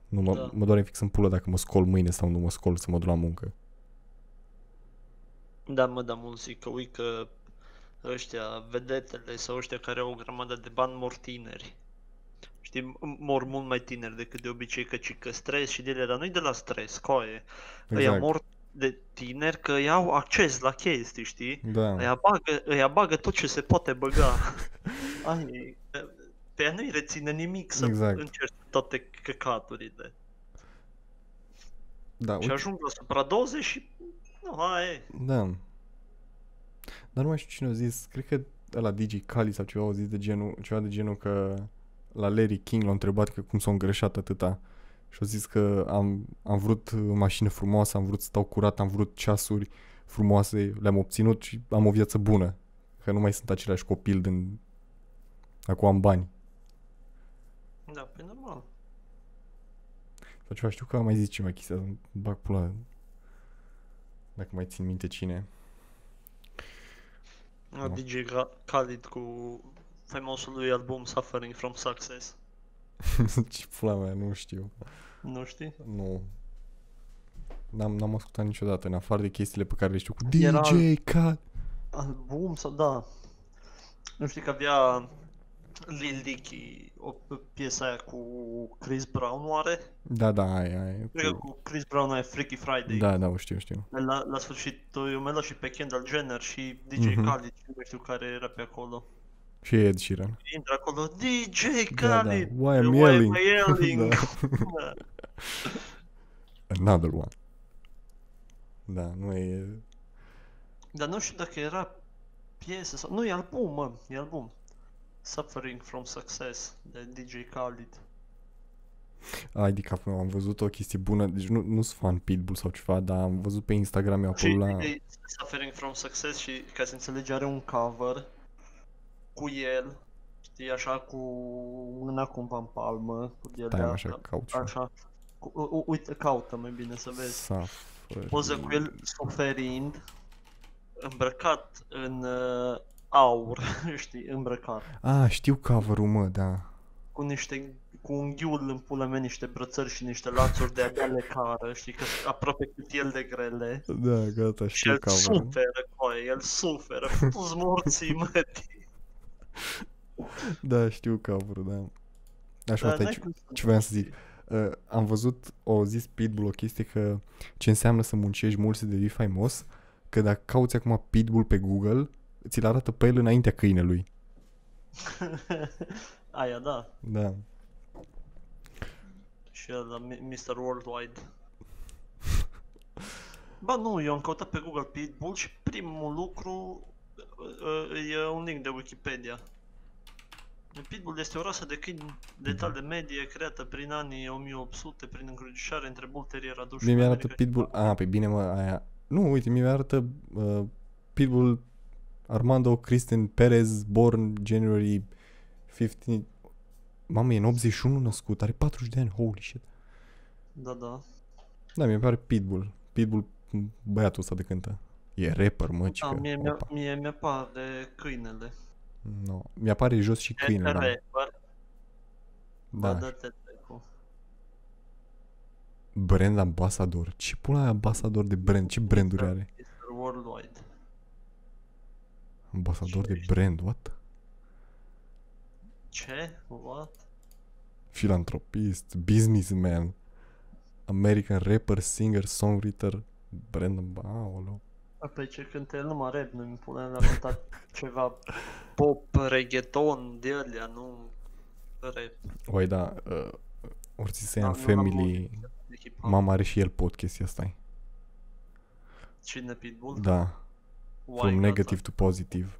Speaker 1: nu mă,
Speaker 2: Da.
Speaker 1: mă doare fix în pulă dacă mă scol mâine sau nu mă scol să mă duc la muncă.
Speaker 2: Da, mă, da, mulți zic că ui că ăștia, vedetele sau ăștia care au o grămadă de bani mor tineri. Știi, m- mor mult mai tineri decât de obicei, că ci că stres și de ele, dar nu-i de la stres, coaie. Exact. Ăia mor de tineri că iau acces la chestii, știi?
Speaker 1: Da.
Speaker 2: Îi bagă, îi bagă tot ce se poate băga.
Speaker 1: (laughs)
Speaker 2: Ai, pe ea nu-i reține nimic să
Speaker 1: Exact.
Speaker 2: exact. încerci toate căcaturile.
Speaker 1: Da,
Speaker 2: Și
Speaker 1: uite,
Speaker 2: ajung la supra-doze și... Nu, hai, e.
Speaker 1: da. Dar nu mai știu cine a zis, cred că la DJ Cali sau ceva au zis de genul, ceva de genul că la Larry King l-a întrebat că cum s-a îngreșat atâta și a zis că am, am vrut uh, mașină frumoasă, am vrut să stau curat, am vrut ceasuri frumoase, le-am obținut și am o viață bună. Că nu mai sunt același copil din Acum am bani.
Speaker 2: Da, pe normal.
Speaker 1: Sau ceva, știu că am mai zis ceva chestia, îmi bag pula. Dacă mai țin minte cine. (laughs) Da.
Speaker 2: No. DJ Ga- Khalid cu faimosul lui album Suffering from Success.
Speaker 1: Ce pula mea, nu știu.
Speaker 2: Nu știi?
Speaker 1: Nu. N-am, n-am ascultat niciodată, în afară de chestiile pe care le știu cu DJ
Speaker 2: Era-
Speaker 1: Khaled.
Speaker 2: Album sau da. Nu știi că avea Lil Dicky o piesă aia cu Chris Brown oare?
Speaker 1: Da, da, aia, aia.
Speaker 2: Cred că
Speaker 1: Cu...
Speaker 2: cu Chris Brown ai Freaky Friday.
Speaker 1: Da, da, o știu, știu.
Speaker 2: La, la sfârșit eu mai luat și pe Kendall Jenner și DJ
Speaker 1: Mhm.
Speaker 2: Khalid, și nu știu care era pe acolo.
Speaker 1: Și Ed Sheeran.
Speaker 2: Intră acolo, DJ
Speaker 1: Da, da.
Speaker 2: Khalid!
Speaker 1: Why I'm
Speaker 2: Why
Speaker 1: yelling.
Speaker 2: am I yelling?
Speaker 1: (laughs) Da.
Speaker 2: Da.
Speaker 1: Another one. Da, nu e...
Speaker 2: Dar nu știu dacă era piesă sau... Nu, e album, mă, e album. Suffering from Success de DJ Khalid.
Speaker 1: Ai de capul meu, am văzut o chestie bună, deci nu, nu sunt fan Pitbull sau ceva, dar am văzut pe Instagram eu
Speaker 2: Și
Speaker 1: acolo la...
Speaker 2: e Suffering from Success și, ca să înțelegi, are un cover cu el, știi, așa, cu mâna cumva în palmă, cu el
Speaker 1: Stai mă, așa, caut și
Speaker 2: da, așa. Cu, u- u- uite, caută mai bine să vezi.
Speaker 1: Suffering.
Speaker 2: Poză cu el suferind, îmbrăcat în uh, aur, (laughs) știi, îmbrăcat.
Speaker 1: A, știu cover-ul, mă, da.
Speaker 2: cu niște cu un ghiul în pula mea, niște brățări și niște lațuri de abia le cară, știi, că sunt aproape cât el de grele.
Speaker 1: Da, gata,
Speaker 2: Și
Speaker 1: știu
Speaker 2: el
Speaker 1: cover-ul.
Speaker 2: suferă, coaie, el suferă, tu-ți morții, mă,
Speaker 1: Da, știu cover-ul, da. Așa,
Speaker 2: dar
Speaker 1: da,
Speaker 2: n-ai
Speaker 1: aici,
Speaker 2: cum (laughs) să-
Speaker 1: ce voiam să zic. Uh, am văzut, o zis Pitbull o chestie că ce înseamnă să muncești mult să devii faimos, că dacă cauți acum Pitbull pe Google, ți-l arată pe el înaintea câinelui.
Speaker 2: Aia, da,
Speaker 1: Da.
Speaker 2: și el, la Mi- Mr. Worldwide. (laughs) Ba nu, eu am căutat pe Google Pitbull și primul lucru uh, uh, e un link de Wikipedia. Pitbull este o rasă de câini de talie medie creată prin anii 1800 prin încrucișare între Bull Terrier aduși
Speaker 1: Mie
Speaker 2: în
Speaker 1: mi-arată
Speaker 2: America și
Speaker 1: Pitbull... A, pe bine, mă, aia... Nu, uite, mie mi-arată uh, Pitbull Armando Cristian Perez, born January 15... Mamă, e în 81 născut, are 40 de ani, holy shit.
Speaker 2: Da, da.
Speaker 1: Da, mi pare Pitbull. Pitbull, m, băiatul ăsta de cântă. E rapper, mă,
Speaker 2: Da,
Speaker 1: cică.
Speaker 2: mie, mi-a,
Speaker 1: Opa.
Speaker 2: mie mi-apare câinele.
Speaker 1: No. Mi-apare jos și câinele. Da,
Speaker 2: Rapper, da,
Speaker 1: da.
Speaker 2: da, te trecu.
Speaker 1: Brand ambasador. Ce pula e ambasador de brand? Ce branduri
Speaker 2: Da.
Speaker 1: are?
Speaker 2: Mr. Worldwide.
Speaker 1: Ambasador
Speaker 2: Ce
Speaker 1: de
Speaker 2: ești?
Speaker 1: brand, what?
Speaker 2: Ce? What?
Speaker 1: Filantropist, businessman, American rapper, singer, songwriter, brand ambasador. Aoleu.
Speaker 2: Păi ce cântă el numai rap, nu-mi pune la cântat ceva pop, reggaeton de alea, nu rap.
Speaker 1: Oi, da, uh, Orțisea
Speaker 2: Da,
Speaker 1: în
Speaker 2: nu l-am
Speaker 1: Family,
Speaker 2: De hip hop.
Speaker 1: mama are și el podcastul ăsta.
Speaker 2: Cine Pitbull?
Speaker 1: Da,
Speaker 2: Why
Speaker 1: from
Speaker 2: not?
Speaker 1: negative to positive.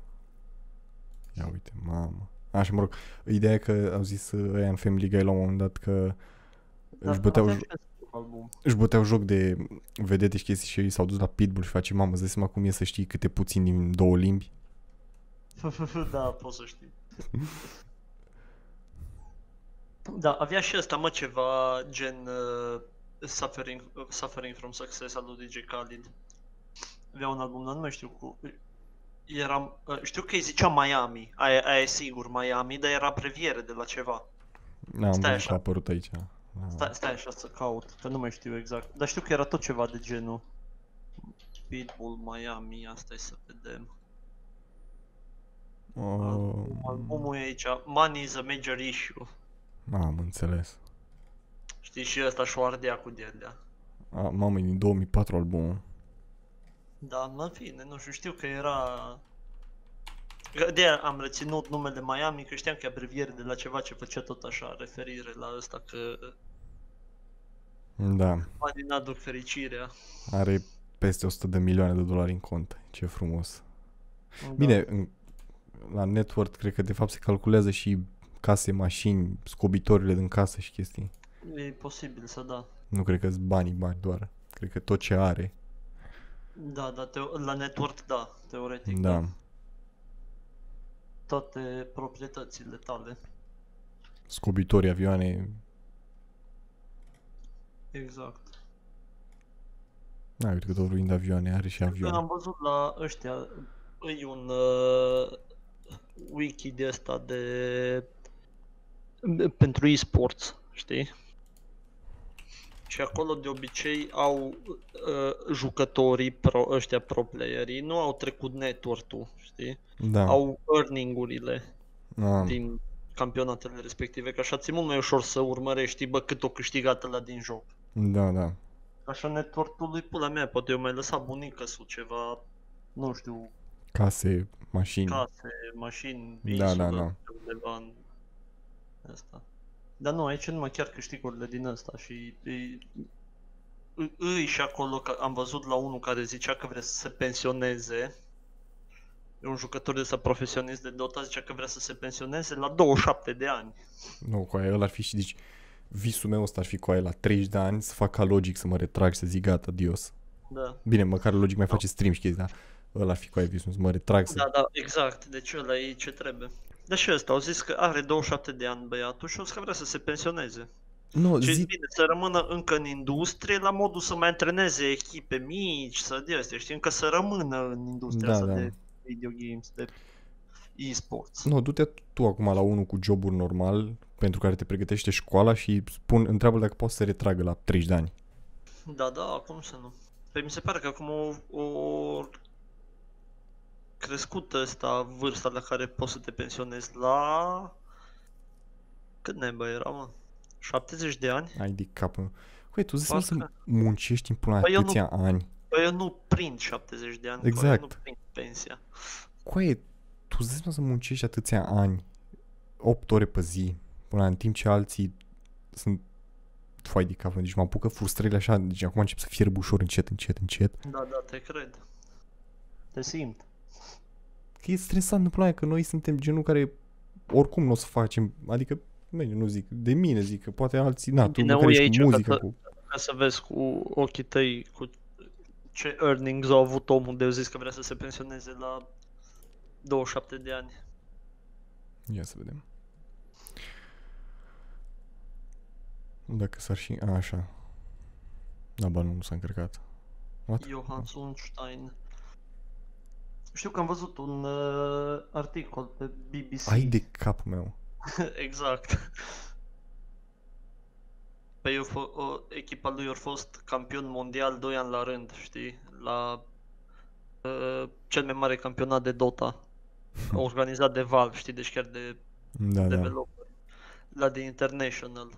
Speaker 1: Ia uite, mamă. Așa, mă rog, ideea e că au zis uh, ăia în Family Guy la un moment dat că
Speaker 2: Dar
Speaker 1: își băteau,
Speaker 2: avea
Speaker 1: jo-
Speaker 2: și acest album.
Speaker 1: își băteau joc de vedete și chestii și ei s-au dus la Pitbull și face, mamă, îți dai seama cum e să știi câte puțin din două limbi?
Speaker 2: (laughs) da, poți să știi. da, avea și ăsta, mă, ceva gen uh, suffering, uh, suffering from Success al lui DJ Khalid. Avea un album, dar nu mai știu cu... Era, uh, știu că îi zicea Miami, aia, aia e sigur Miami, dar era abreviere de la ceva.
Speaker 1: Da, am
Speaker 2: Stai
Speaker 1: văzut
Speaker 2: așa.
Speaker 1: că a apărut aici. Da.
Speaker 2: Stai, stai așa să caut, că nu mai știu exact. Dar știu că era tot ceva de genul. Pitbull Miami, asta e să vedem.
Speaker 1: Oh,
Speaker 2: Albumul e aici, Money is a major issue.
Speaker 1: am înțeles.
Speaker 2: Știi și ăsta și-o ardea cu de
Speaker 1: A, mamă, e din 2004 albumul.
Speaker 2: Da, în fine, nu știu, știu că era... de am reținut numele Miami, că știam că e abreviere de la ceva ce făcea tot așa, referire la ăsta, că
Speaker 1: Da,
Speaker 2: banii n-aduc fericirea.
Speaker 1: are peste 100 de milioane de dolari în cont. Ce frumos.
Speaker 2: Da.
Speaker 1: Bine, în, la net worth cred că de fapt se calculează și case, mașini, scobitorile din casă și chestii.
Speaker 2: E posibil să da.
Speaker 1: Nu cred că-s banii, bani doar. Cred că tot ce are.
Speaker 2: Exact. Da, da, teo- la network da, teoretic.
Speaker 1: Da.
Speaker 2: da. toate proprietățile tale.
Speaker 1: Scobitori, avioane,
Speaker 2: Exact.
Speaker 1: da, uite că tot vorbind de avioane, are și
Speaker 2: Când
Speaker 1: avioane.
Speaker 2: am văzut la ăștia, e un uh, wiki de asta de pentru e-sports, știi? Și acolo de obicei au uh, jucătorii pro, ăștia pro playerii, nu au trecut network-ul, știi?
Speaker 1: Da,
Speaker 2: Au earning-urile
Speaker 1: am,
Speaker 2: din campionatele respective, că așa ți mult mai ușor să urmărești, știi, bă, cât o câștigat la din joc.
Speaker 1: da, da.
Speaker 2: Așa network-ul lui pula mea, poate eu mai lăsa bunica sau ceva, nu știu,
Speaker 1: Case, mașini.
Speaker 2: case, mașini,
Speaker 1: Da, da,
Speaker 2: insulă,
Speaker 1: da.
Speaker 2: undeva în asta. Dar nu, aici numai chiar câștigurile din asta și îi, îi- îi și acolo, că am văzut la unul care zicea că vrea să se pensioneze, E un jucător de ăsta profesionist de Dota zicea că vrea să se pensioneze la 27 de ani.
Speaker 1: Nu, cu aia, ăla ar fi și, deci, visul meu ăsta ar fi cu aia la 30 de ani să fac ca logic să mă retrag și să zic gata, adios.
Speaker 2: Da.
Speaker 1: Bine, măcar logic mai face stream și chestii, dar ăla ar fi cu aia visul, să mă retrag să...
Speaker 2: Da, da, exact. Deci ăla e ce trebuie. Dar și ăsta, au zis că are 27 de ani băiatul și o să vrea să se pensioneze.
Speaker 1: Nu,
Speaker 2: Și
Speaker 1: zi,
Speaker 2: bine, să rămână încă în industrie, la modul să mai antreneze echipe mici, să de astea, știi, încă să rămână în industria
Speaker 1: Da,
Speaker 2: asta
Speaker 1: da.
Speaker 2: de video games, de e-sports.
Speaker 1: Nu, du-te tu acum la unul cu joburi normal pentru care te pregătește școala și spun, întreabă dacă poți să se retragă la 30 de ani.
Speaker 2: Da, da, cum să nu? Păi mi se pare că acum o, o crescut ăsta vârsta la care poți să te pensionezi la... Cât neba era, mă? 70 de ani?
Speaker 1: Ai de capul meu. Păi, tu zici
Speaker 2: Poate
Speaker 1: să muncești în până
Speaker 2: Păi
Speaker 1: păi
Speaker 2: eu nu-
Speaker 1: atâția nu... ani.
Speaker 2: Bă, Păi eu nu prind 70 de ani, exact.
Speaker 1: Exact.
Speaker 2: eu nu prind pensia.
Speaker 1: Coe, tu zici să muncești atâția ani, 8 ore pe zi, până în timp ce alții sunt foai de cap, deci mă apucă frustrările așa, deci acum încep să fierb ușor, încet, încet, încet.
Speaker 2: Da, da, te cred. Te simt.
Speaker 1: Că e stresant în plan că noi suntem genul care oricum nu o să facem, adică, bine, nu zic, de mine zic, că poate alții, na, tu
Speaker 2: Bine,
Speaker 1: măcar
Speaker 2: ui
Speaker 1: ești
Speaker 2: aici,
Speaker 1: cu muzică,
Speaker 2: că-
Speaker 1: cu...
Speaker 2: Ca să vezi cu ochii tăi cu ce earnings au avut omul de zis că vrea să se pensioneze la 27 de ani.
Speaker 1: Ia să vedem. Dacă s-ar și... A, așa. Da, ba, nu, nu s-a încărcat. What?
Speaker 2: Johann Sunstein. Știu că am văzut un uh, articol pe BBC.
Speaker 1: Ai de capul meu.
Speaker 2: (laughs) exact. Pe eu, fo- o, echipa lui a fost campion mondial 2 ani la rând, știi? La uh, cel mai mare campionat de Dota. Organizat de Valve, știi? Deci chiar de
Speaker 1: Da, da.
Speaker 2: developer. La The International.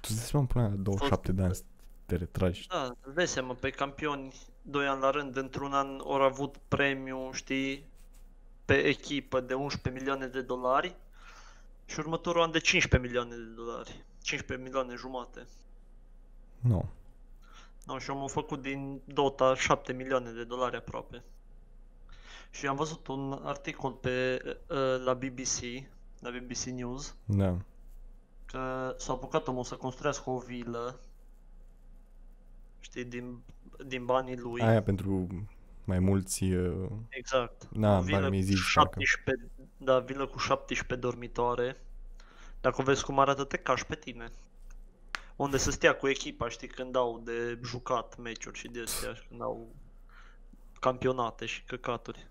Speaker 1: Tu zici, mă, până la 27 de ani să te retragi.
Speaker 2: Da, îți dai seama, pe campioni, doi ani la rând, într-un an, au avut premiu, știi, pe echipă de 11 milioane de dolari și următorul an de 15 milioane de dolari. 15 milioane jumate.
Speaker 1: Nu. No.
Speaker 2: No, și omul a făcut din Dota 7 milioane de dolari aproape. Și am văzut un articol pe, uh, la BBC, la BBC News,
Speaker 1: Da.
Speaker 2: Păi- că s-a apucat omul să construiască o vilă, știi, din, din banii lui.
Speaker 1: Aia pentru mai mulți... uh,
Speaker 2: Exact.
Speaker 1: Na,
Speaker 2: O
Speaker 1: bar
Speaker 2: vilă
Speaker 1: mi
Speaker 2: cu
Speaker 1: zici, parcă.
Speaker 2: 17, da, vilă cu 17 dormitoare. Dacă o vezi cum arată, te cași pe tine. Unde să stea cu echipa, știi, când au de jucat meciuri și de astea, și când au campionate și căcaturi.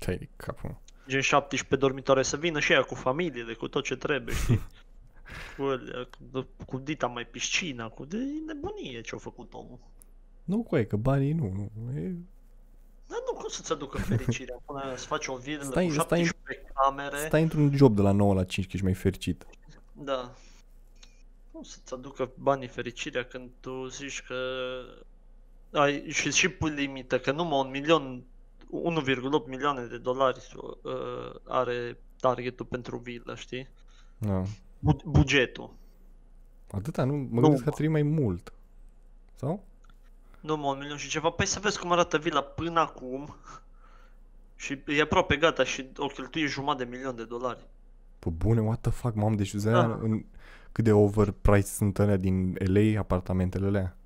Speaker 1: Ce ai de capul meu.
Speaker 2: Gen 17 dormitoare să vină și ea cu familiile, cu tot ce trebuie,
Speaker 1: (laughs)
Speaker 2: știi? cu, alea, cu, cu dita mai piscina, cu de e nebunie ce-a făcut omul.
Speaker 1: Nu, cu aia, că banii nu, nu. E,
Speaker 2: Dar nu, cum
Speaker 1: (laughs)
Speaker 2: să-ți aducă fericirea până să faci o vilă
Speaker 1: Stai-
Speaker 2: cu
Speaker 1: stai în-
Speaker 2: 17 camere?
Speaker 1: stai într-un job de la 9 la 5, că ești mai fericit.
Speaker 2: Da. Nu o să-ți aducă banii fericirea când tu zici că ai și și pui limită, că numai un milion, 1,8 milioane de dolari uh, are targetul pentru vilă, știi?
Speaker 1: Da.
Speaker 2: Bu- bugetul.
Speaker 1: Atâta, nu? Mă
Speaker 2: Nu.
Speaker 1: gândesc că ar trebui mai mult. Sau?
Speaker 2: Numai un milion și ceva. Păi să vezi cum arată vila până acum. Și e aproape gata și o cheltuie jumătate de milion de dolari.
Speaker 1: Pă Păi bune, what the fuck, mam, deci de
Speaker 2: Da.
Speaker 1: în cât de overpriced sunt alea din LA, apartamentele alea.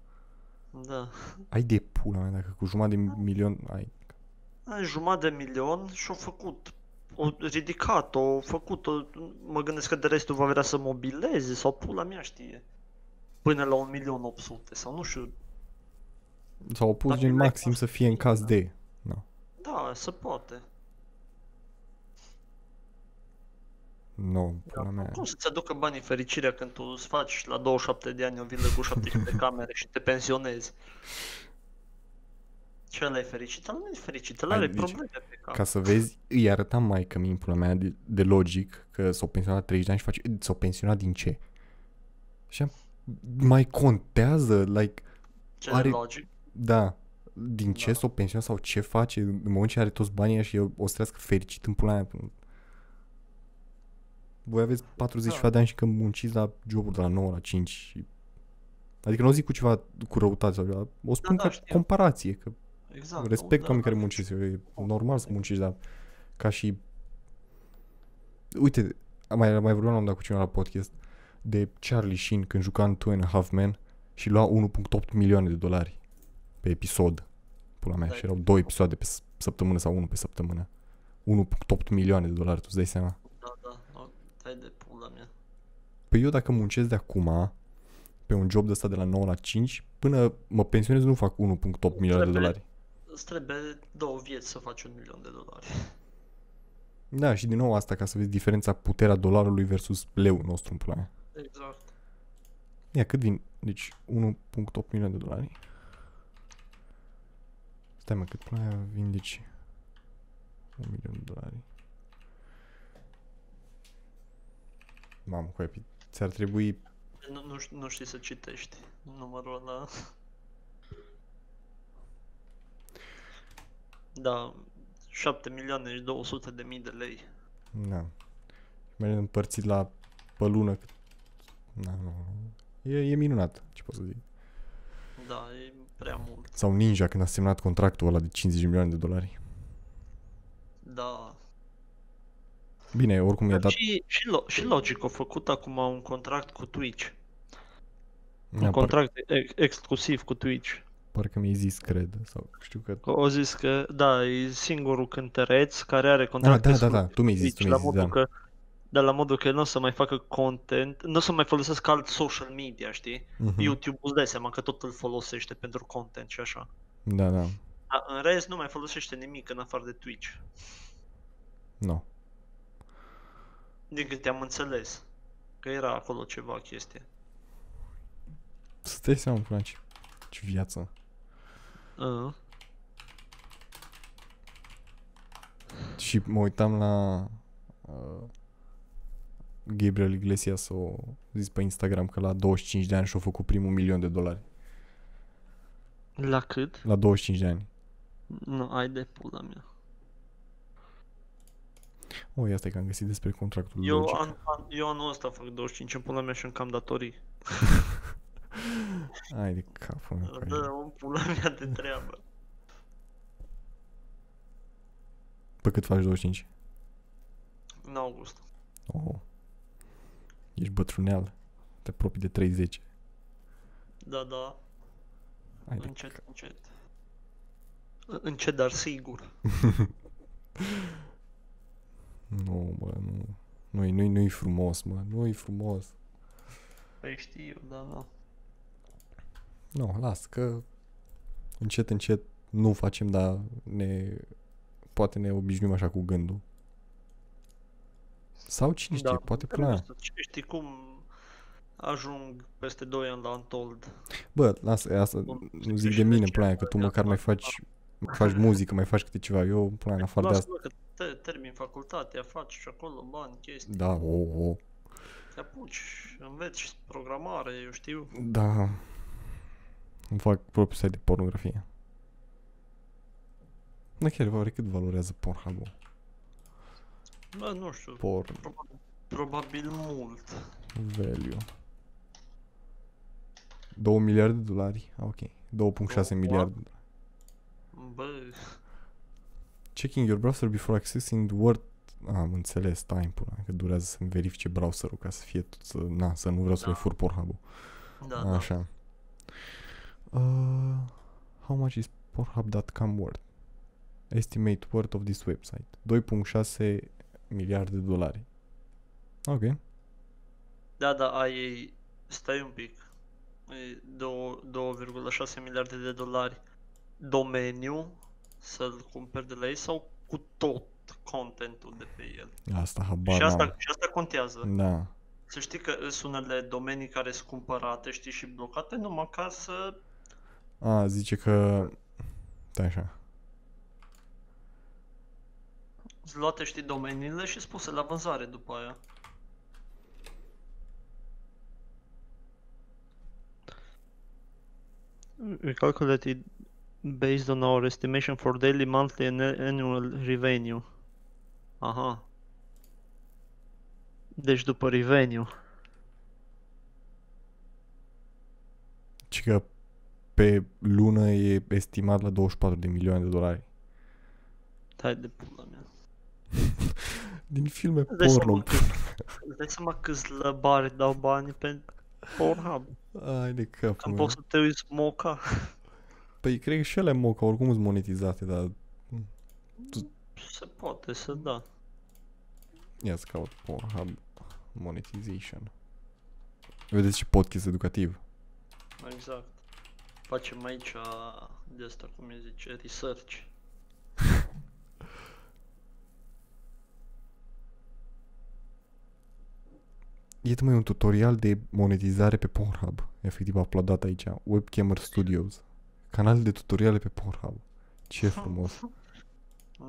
Speaker 2: Da.
Speaker 1: Ai de pula mea, dacă cu jumătate de milion ai...
Speaker 2: Ai jumătate de milion și-o făcut. O ridicat, o făcut, o... mă gândesc că de restul va vrea să mobileze sau pula mea știe. Până la 1.800.000 sau nu știu,
Speaker 1: S-au pus
Speaker 2: Dar
Speaker 1: gen
Speaker 2: mi-l-ai
Speaker 1: maxim să
Speaker 2: pus.
Speaker 1: fie în caz de.
Speaker 2: da, se poate.
Speaker 1: Nu,
Speaker 2: Da,
Speaker 1: pula mea.
Speaker 2: Cum să-ți aducă banii fericirea când tu îți faci la 27 de ani o vilă
Speaker 1: (laughs)
Speaker 2: cu 70 de camere și te pensionezi? Ce ăla e fericit? Ăla nu e fericit, ăla
Speaker 1: Hai,
Speaker 2: are
Speaker 1: deci,
Speaker 2: probleme pe cap.
Speaker 1: Ca să vezi, îi arătam mai că mi pula mea de, de, logic că s-au pensionat la 30 de ani și face, "E, s-au pensionat din ce? Și am, mai contează, like,
Speaker 2: Ce
Speaker 1: are-
Speaker 2: are... logic?
Speaker 1: da, din ce
Speaker 2: Da.
Speaker 1: s-au pensionat sau ce face în momentul ce are toți banii ăia și eu o să trăiască fericit în pula mea. Voi
Speaker 2: Da.
Speaker 1: aveți 47 de ani și că munciți la joburi de la 9 la 5 și... Adică nu o zic cu ceva cu răutate sau ceva, o spun
Speaker 2: da,
Speaker 1: ca
Speaker 2: știu.
Speaker 1: comparație, că
Speaker 2: Exact.
Speaker 1: Respect
Speaker 2: da,
Speaker 1: oamenii care
Speaker 2: da.
Speaker 1: muncesc, e normal să muncești, dar ca și... Uite, am mai, mai vorbeam la un dat cu cineva la podcast de Charlie Sheen când juca în Two and a Half Men și lua 1.8 milioane de dolari pe episod. Pula mea,
Speaker 2: Da,
Speaker 1: și erau două episoade pe s- săptămână sau unul pe săptămână. 1.8 milioane de dolari, tu îți dai seama?
Speaker 2: Da, da, da. Hai de pula mea.
Speaker 1: Păi eu dacă muncesc de acum pe un job de ăsta de la 9 la 5, până mă pensionez nu fac 1.8 milioane de
Speaker 2: Trebuie.
Speaker 1: dolari.
Speaker 2: Îți trebuie două vieți să faci un milion de dolari.
Speaker 1: Da, și din nou asta ca să vezi diferența puterea dolarului versus leul nostru în pula mea.
Speaker 2: Exact.
Speaker 1: Ia cât vin? Deci 1.8 milioane de dolari. Stai mă, cât pula mea vin deci 1 milion de dolari. Mamă, cu epi, ți-ar trebui
Speaker 2: Nu, nu, ș- nu știi să citești numărul ăla. Da, 7 milioane și 200 de mii de lei.
Speaker 1: Da. Mereu împărțit la pe lună. cât- Da, nu, nu. E, e minunat, ce pot să zic.
Speaker 2: Da, e prea mult.
Speaker 1: Sau Ninja când a semnat contractul ăla de 50 milioane de dolari.
Speaker 2: Da.
Speaker 1: Bine, oricum i-a
Speaker 2: Dar
Speaker 1: dat...
Speaker 2: și, și, lo- și Logic a făcut acum un contract cu Twitch.
Speaker 1: i-a
Speaker 2: un
Speaker 1: par-
Speaker 2: contract ex- exclusiv cu Twitch.
Speaker 1: Parcă mi-ai zis, cred, sau știu că...
Speaker 2: Că Au zis că, da, e singurul cântăreț care are
Speaker 1: Ah,
Speaker 2: contract
Speaker 1: da, da,
Speaker 2: exclusiv
Speaker 1: da, tu mi-ai zis, tu
Speaker 2: Twitch,
Speaker 1: mi-ai
Speaker 2: la
Speaker 1: zis,
Speaker 2: modul
Speaker 1: da.
Speaker 2: că dar la modul că nu o să mai facă content, nu o să mai folosesc alt social media, știi?
Speaker 1: Mhm.
Speaker 2: YouTube îți dai seama că tot îl folosește pentru content și așa.
Speaker 1: Da, da,
Speaker 2: Dar în rest nu mai folosește nimic în afară de Twitch,
Speaker 1: nu.
Speaker 2: din câte am înțeles. Că era acolo ceva chestie.
Speaker 1: Să te dai seama, până ce, ce viață.
Speaker 2: Uh,
Speaker 1: Și mă uitam la... Uh, Gabriel Iglesias o zis pe Instagram că la 25 de ani și-a făcut primul milion de dolari.
Speaker 2: la cât?
Speaker 1: La 25 de ani.
Speaker 2: Nu, ai de pula mea.
Speaker 1: O, ia stai că am găsit despre contractul
Speaker 2: Eu,
Speaker 1: logic.
Speaker 2: an, an, eu anul ăsta fac 25 în pula mea și îmi cam datorii.
Speaker 1: Ai de capul meu. cu
Speaker 2: Dă
Speaker 1: aia.
Speaker 2: un pula mea de treabă.
Speaker 1: Pe cât faci 25?
Speaker 2: În august.
Speaker 1: Oh. Ești bătrâneal. Te apropii de 30.
Speaker 2: Da, da,
Speaker 1: Ai de
Speaker 2: încet, încet. În- Încet, dar sigur.
Speaker 1: Nu, bă, nu. Nu-i, nu-i, nu-i frumos, mă. Nu-i frumos.
Speaker 2: Păi știu, da, da.
Speaker 1: Nu, las că încet, încet nu facem, dar ne... Poate ne obișnuim așa cu gândul. Sau cine știe,
Speaker 2: da.
Speaker 1: poate
Speaker 2: dar
Speaker 1: până
Speaker 2: nu
Speaker 1: la...
Speaker 2: știu, ce- Știi cum ajung peste 2 ani la Untold?
Speaker 1: Bă, lasă, asta
Speaker 2: Bun,
Speaker 1: nu
Speaker 2: știi
Speaker 1: zic
Speaker 2: că
Speaker 1: de
Speaker 2: și
Speaker 1: mine,
Speaker 2: aici
Speaker 1: până la că tu
Speaker 2: e
Speaker 1: măcar mai
Speaker 2: altceva.
Speaker 1: faci, mai faci muzică, mai faci câte ceva. Eu, până la, în afară de
Speaker 2: Lasă,
Speaker 1: asta...
Speaker 2: mă, că te, termin facultatea, faci și acolo bani, chestii,
Speaker 1: Da, o, oh, o. Oh.
Speaker 2: te apuci, înveți programare, eu știu.
Speaker 1: Da. Îmi fac propriul site de pornografie. Da, chiar, oare cât valorează Pornhub-ul?
Speaker 2: Bă, nu știu,
Speaker 1: Porn
Speaker 2: probabil mult.
Speaker 1: value. 2 miliarde de dolari? Ah, ok. 2.6
Speaker 2: Două
Speaker 1: miliarde.
Speaker 2: Bă,
Speaker 1: Checking your browser before accessing Word. Ah, am înțeles, time pula, mea, că durează să-mi verifice browserul ca să fie tot, să, na, să nu vreau să
Speaker 2: Da.
Speaker 1: le fur Pornhub-ul. Ah,
Speaker 2: da, da.
Speaker 1: Așa. Uh, how much is Pornhub.com worth? Estimate worth of this website. 2.6 miliarde de dolari. Ok.
Speaker 2: Da, da, ai, stai un pic, E două- 2,6 miliarde de dolari domeniu să-l cumperi de la ei sau cu tot contentul de pe el.
Speaker 1: Asta habar
Speaker 2: și, asta,
Speaker 1: n-am.
Speaker 2: și asta contează.
Speaker 1: Da.
Speaker 2: Să știi că sunt unele domenii care sunt cumpărate, știi, și blocate numai ca să...
Speaker 1: A, zice că... Da, așa.
Speaker 2: Îți luate, știi, domeniile și spuse la vânzare după aia. We calculated based on our estimation for daily, monthly and annual revenue. Aha. Deci după revenue.
Speaker 1: Ci că pe lună e estimat la 24 de milioane de dolari.
Speaker 2: Hai de pula mea.
Speaker 1: Din filme
Speaker 2: Îți dai seama
Speaker 1: porno.
Speaker 2: cât- Îți dai seama câți lăbari dau bani pe Pornhub?
Speaker 1: Ai de capul
Speaker 2: Când
Speaker 1: meu.
Speaker 2: poți să te uiți moca?
Speaker 1: Păi cred că și ele moca oricum sunt monetizate, dar
Speaker 2: Se poate să da.
Speaker 1: ia să caut Pornhub monetization. Vedeți ce podcast educativ.
Speaker 2: Exact. Facem aici a, de asta, cum îi zice, research.
Speaker 1: Iată mai un tutorial de monetizare pe Pornhub, efectiv uploadat aici, Webcammer Studios, canal de tutoriale pe Pornhub. Ce frumos.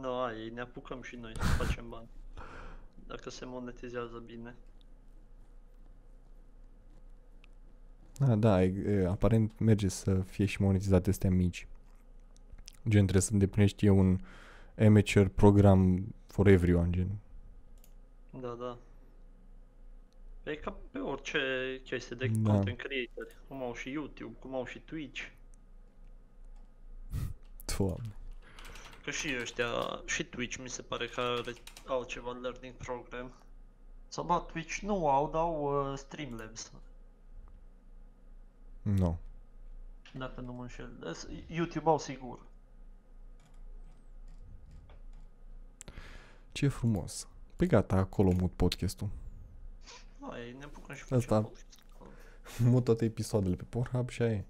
Speaker 2: Da, ei ne apucăm și noi
Speaker 1: (laughs)
Speaker 2: să facem bani. Dacă se monetizează bine.
Speaker 1: Ah, da, e, e, aparent merge să fie și monetizate astea mici. Gen, trebuie să îndeplinești e un amateur program for everyone, gen.
Speaker 2: Da, da. E ca pe orice chestie de
Speaker 1: Da.
Speaker 2: content creator. Cum au și YouTube, cum au și Twitch.
Speaker 1: Doamne.
Speaker 2: Că și ăștia, și Twitch mi se pare că are, au ceva learning program. Sau ba, Twitch nu au, dau uh, Streamlabs,
Speaker 1: Nu. No.
Speaker 2: dacă nu mă înșel. Eh, s- YouTube au sigur.
Speaker 1: Ce frumos. Păi gata, acolo mut podcastul. (laughs)
Speaker 2: Hai, ne apucăm și
Speaker 1: Asta.
Speaker 2: facem podcast.
Speaker 1: Mut toate episoadele pe Pornhub și aia e.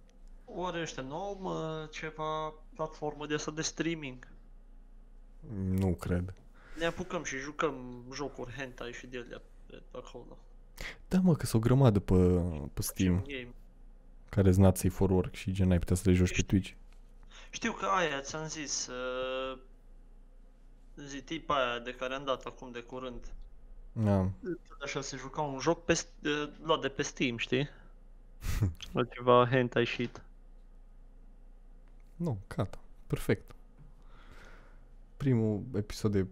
Speaker 2: Oare ăștia nu au mă, ceva platformă de asta de streaming?
Speaker 1: Nu cred.
Speaker 2: Ne apucăm și jucăm jocuri hentai și de alea pe acolo.
Speaker 1: Da, mă, că sunt o grămadă pe, pe Steam,
Speaker 2: Facem game.
Speaker 1: care sunt Nazi for Work și gen ai putea să le joci pe
Speaker 2: Ești-
Speaker 1: Twitch.
Speaker 2: Știu că aia ți-am zis, uh, zi tipa aia de care am dat acum de curând.
Speaker 1: Da.
Speaker 2: Așa se juca un joc pe, s- uh, luat de pe Steam,
Speaker 1: (laughs)
Speaker 2: știi? La ceva hentai shit.
Speaker 1: Nu, gata. Perfect. Primul episod de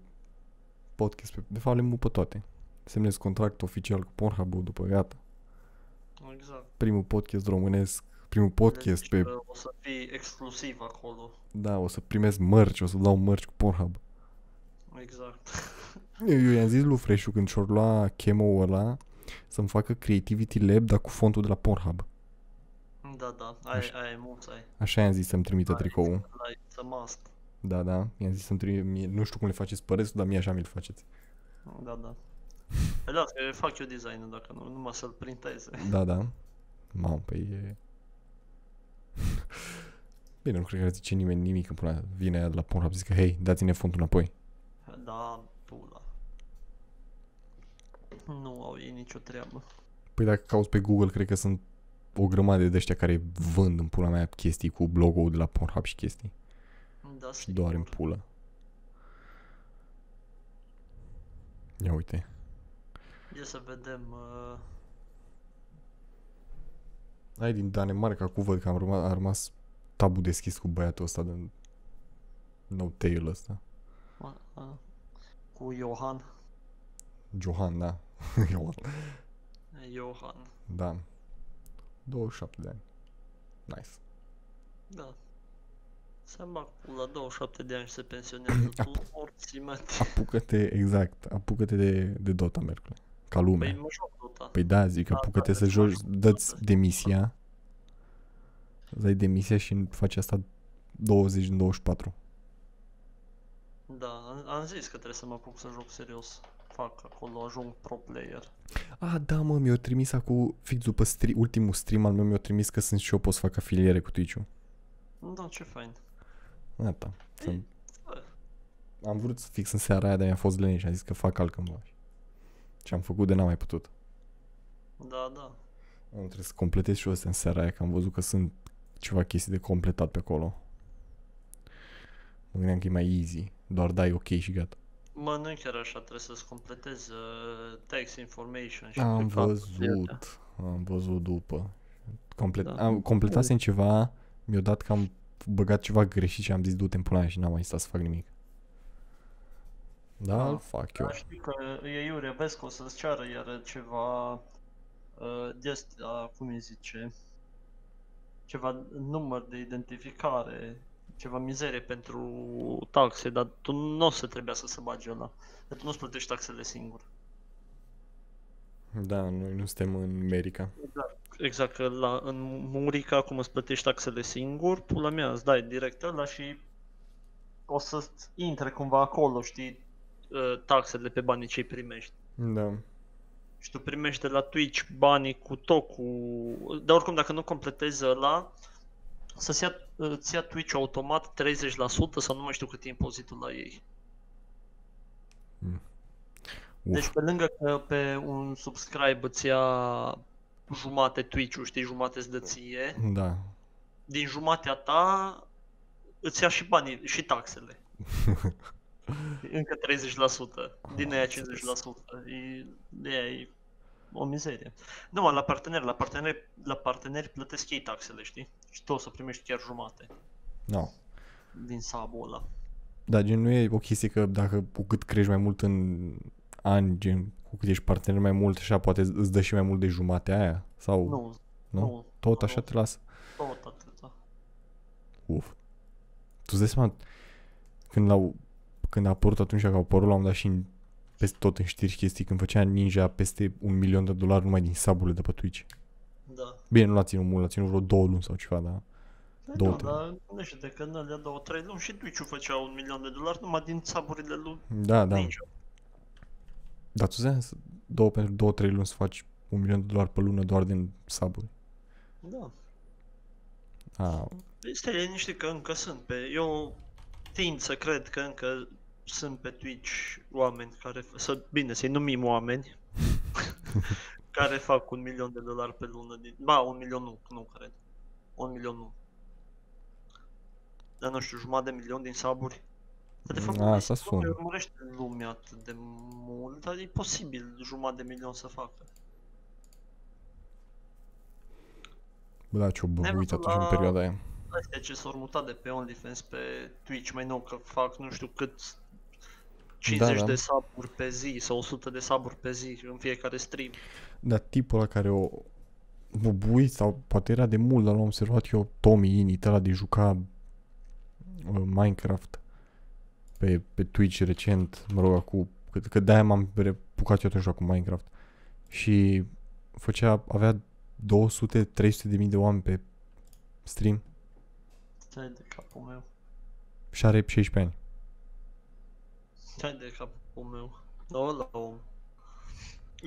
Speaker 1: podcast, pe, de fapt le mut pe toate. Semnez contract oficial cu Pornhub după gata.
Speaker 2: Exact.
Speaker 1: Primul podcast românesc, primul podcast
Speaker 2: Deci,
Speaker 1: pe...
Speaker 2: uh, O să fii exclusiv acolo.
Speaker 1: Da, o să primesc mărci, o să dau mărci cu Pornhub.
Speaker 2: Exact.
Speaker 1: Eu, eu i-am zis lui Freșu când și-or lua chemo ăla să-mi facă Creativity Lab, dar cu fontul de la Pornhub.
Speaker 2: Da, da, ai,
Speaker 1: Așa.
Speaker 2: ai, mulți ai.
Speaker 1: Așa i-am zis să-mi trimită
Speaker 2: Ai,
Speaker 1: tricoul.
Speaker 2: Ai, it's a must.
Speaker 1: Da, da, i-am zis să-mi trimite, mie- nu știu cum le faceți pe restul, dar mie așa mi-l faceți.
Speaker 2: Da, da. Păi da, că fac eu designul dacă nu, numai să-l printeze.
Speaker 1: Da, da. Mamă, pe e... (laughs) Bine, nu cred că zice nimeni nimic când până vine aia de la Pornhub zic că hei, dați-ne fontul înapoi.
Speaker 2: Da, pula. Nu au ei nicio treabă.
Speaker 1: Păi dacă cauți pe Google, cred că sunt o grămadă de ăștia care vând în pula mea chestii cu logo de la Pornhub și chestii.
Speaker 2: Da,
Speaker 1: Și doar în
Speaker 2: sigur.
Speaker 1: pulă. Ia uite.
Speaker 2: Ia să vedem. Uh,
Speaker 1: Ai din Danemarca cu văd că am rămas, a rămas tabu deschis cu băiatul ăsta de no tail ăsta.
Speaker 2: uh, uh, cu Johan.
Speaker 1: Johan, da. (laughs) Johan.
Speaker 2: Johan.
Speaker 1: Da. 27 de ani. Nice.
Speaker 2: Da. Să bag pula 27 de ani și se pensionează tu morții mă.
Speaker 1: Apucă-te, exact, apucă-te de, de Dota, Mercule. Ca
Speaker 2: Păi
Speaker 1: lumea.
Speaker 2: mă joc Dota.
Speaker 1: Păi da, zic,
Speaker 2: Da,
Speaker 1: apucă-te
Speaker 2: da,
Speaker 1: să
Speaker 2: da,
Speaker 1: joci,
Speaker 2: da, da,
Speaker 1: dă-ți
Speaker 2: da.
Speaker 1: demisia. Îți dai demisia și faci asta 20 din 24.
Speaker 2: Da, am, am zis că trebuie să mă apuc să joc serios. Fac acolo, ajung pro player.
Speaker 1: Ah, da, mă, mi-o trimis acum, fix după stri- ultimul stream al meu, mi-o trimis că sunt și eu pot să fac afiliere cu Twitch-ul.
Speaker 2: Da, ce fain.
Speaker 1: Gata. Sunt...
Speaker 2: bă.
Speaker 1: Am vrut să fix în seara aia, dar mi-a fost leneș și am zis că fac altcândva. Ce am făcut de n-am mai putut.
Speaker 2: Da, da.
Speaker 1: Am trebuie să completez și eu astea în seara aia, că am văzut că sunt ceva chestii de completat pe acolo. Mă gândeam că e mai easy, doar dai ok și gata.
Speaker 2: Mă, nu chiar așa, trebuie să-ți completez uh, tax information și
Speaker 1: Am
Speaker 2: prefață, iurea.
Speaker 1: văzut, am văzut după. Complet,
Speaker 2: Da.
Speaker 1: am completasem ceva, mi-a dat că am băgat ceva greșit și am zis du-te în pula mea și n-am mai stat să fac nimic. Da,
Speaker 2: Ah,
Speaker 1: îl fac eu.
Speaker 2: Dar știi că e iurea, vezi că o să-ți ceară iar ceva, uh, de astea, cum îi zice, ceva număr de identificare, ceva mizerie pentru taxe, dar tu nu o să trebuia să se bagi ăla, că tu nu-ți plătești taxele singur.
Speaker 1: Da, noi nu suntem în America.
Speaker 2: Exact, că la, în Murica acum îți plătești taxele singur, pula mea, îți dai direct ăla și o să intre cumva acolo, știi, uh, taxele pe banii ce primești.
Speaker 1: Da.
Speaker 2: și tu primești de la Twitch banii cu tocul, dar oricum dacă nu completezi ăla, să-ți ia, îți ia Twitch automat 30% sau nu mai știu cât e impozitul la ei.
Speaker 1: Uf.
Speaker 2: Deci pe lângă că pe un subscribe îți ia jumate Twitch-ul, știi, jumate îți dă ție,
Speaker 1: Da.
Speaker 2: din jumatea ta îți ia și banii, și taxele.
Speaker 1: (laughs)
Speaker 2: Încă 30%, din
Speaker 1: Am
Speaker 2: aia 50%.
Speaker 1: înțeles.
Speaker 2: E, de aia e o mizerie. Nu, mă, la parteneri, la parteneri, la parteneri plătesc ei taxele, știi? Și tu o să primești chiar jumate
Speaker 1: No.
Speaker 2: din sabul ăla.
Speaker 1: Dar gen nu e o chestie că dacă cu cât crești mai mult în ani, gen cu cât ești partener mai mult, așa poate îți dă și mai mult de jumatea aia? Sau
Speaker 2: Nu,
Speaker 1: Oh. nu?
Speaker 2: nu, da.
Speaker 1: tot
Speaker 2: nu,
Speaker 1: așa
Speaker 2: nu.
Speaker 1: te lasă?
Speaker 2: tot atâta.
Speaker 1: Uf. Tu îți dai seama, când, l-au, când a apărut atunci că au apărut, l-am dat și în, peste tot în știri și chestii, când făcea Ninja peste un milion de dolari numai din saburile de pe Twitch.
Speaker 2: Da.
Speaker 1: Bine, nu l-a ținut mult, l-a ținut vreo două luni sau ceva, dar
Speaker 2: Da,
Speaker 1: Două,
Speaker 2: nu,
Speaker 1: trei.
Speaker 2: dar nu știu, de când alea două, trei luni și Twitch-ul făcea un milion de dolari numai din saburile lui
Speaker 1: da, da.
Speaker 2: Ninja.
Speaker 1: Dar tu ziceai să două pentru două, trei luni să faci un milion de dolari pe lună doar din saburi.
Speaker 2: Da.
Speaker 1: A,
Speaker 2: Este liniște că încă sunt pe... Eu tind să cred că încă sunt pe Twitch oameni care... f- Să, bine, să-i numim
Speaker 1: (laughs)
Speaker 2: oameni. care fac un milion de dolari pe lună din... Ba, un milion nu, nu cred. Un milion nu. Dar nu știu, jumătate de milion din saburi. Dar de fapt,
Speaker 1: A, asta
Speaker 2: nu
Speaker 1: sună.
Speaker 2: mai urmărește lumea atât de mult, dar e posibil jumătate de milion să facă.
Speaker 1: bă, da, ce-o băguit
Speaker 2: văzut
Speaker 1: atunci în
Speaker 2: la-
Speaker 1: perioada aia.
Speaker 2: Astea ce Deci s-au mutat de pe OnlyFans pe Twitch mai nou, că fac nu știu cât 50
Speaker 1: da.
Speaker 2: de saburi pe zi sau 100 de saburi pe zi în fiecare stream.
Speaker 1: Dar tipul ăla care o bubui sau poate era de mult, dar l-am observat eu, Tommy Init, ăla de juca uh, Minecraft pe, pe Twitch recent, mă rog, acum, că, că de-aia m-am repucat eu atunci cu Minecraft. Și făcea, avea 200-300 de mii de oameni pe stream
Speaker 2: Stai de capul meu.
Speaker 1: și are 16 ani.
Speaker 2: Stai de capul meu. Da, Ăla om.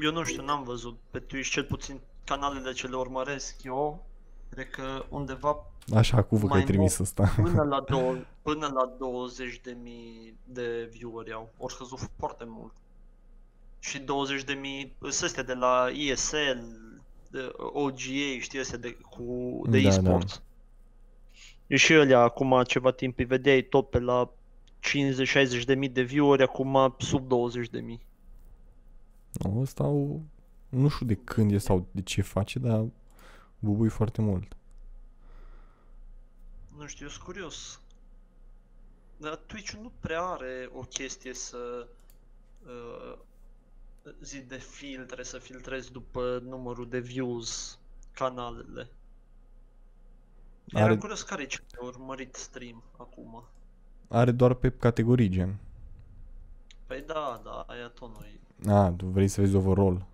Speaker 2: Eu nu știu, n-am văzut pe Twitch, cel puțin canalele ce le urmăresc eu. Cred că undeva
Speaker 1: Așa, cu vă că ai
Speaker 2: Mai
Speaker 1: trimis ăsta. (laughs)
Speaker 2: până la, două, până la 20 de mii de vieweri au, ori scăzut foarte mult. Și 20 de mii, astea de la ESL, de OGA, știi, astea de, cu, de
Speaker 1: Da, da.
Speaker 2: eSports. E și ălea, acum ceva timp îi vedeai tot pe la 50-60 de mii de vieweri, acum sub 20 de mii.
Speaker 1: Nu, ăsta o- nu știu de când e sau de ce face, dar bubui foarte mult.
Speaker 2: Nu știu, eu sunt curios. Dar Twitch nu prea are o chestie să uh, zi de filtre, să filtrezi după numărul de views canalele. Eram
Speaker 1: Are-
Speaker 2: curios care e cel mai urmărit stream acum.
Speaker 1: Are doar pe categorii, gen.
Speaker 2: Păi da, da, aia tot noi.
Speaker 1: A, tu vrei să vezi overall.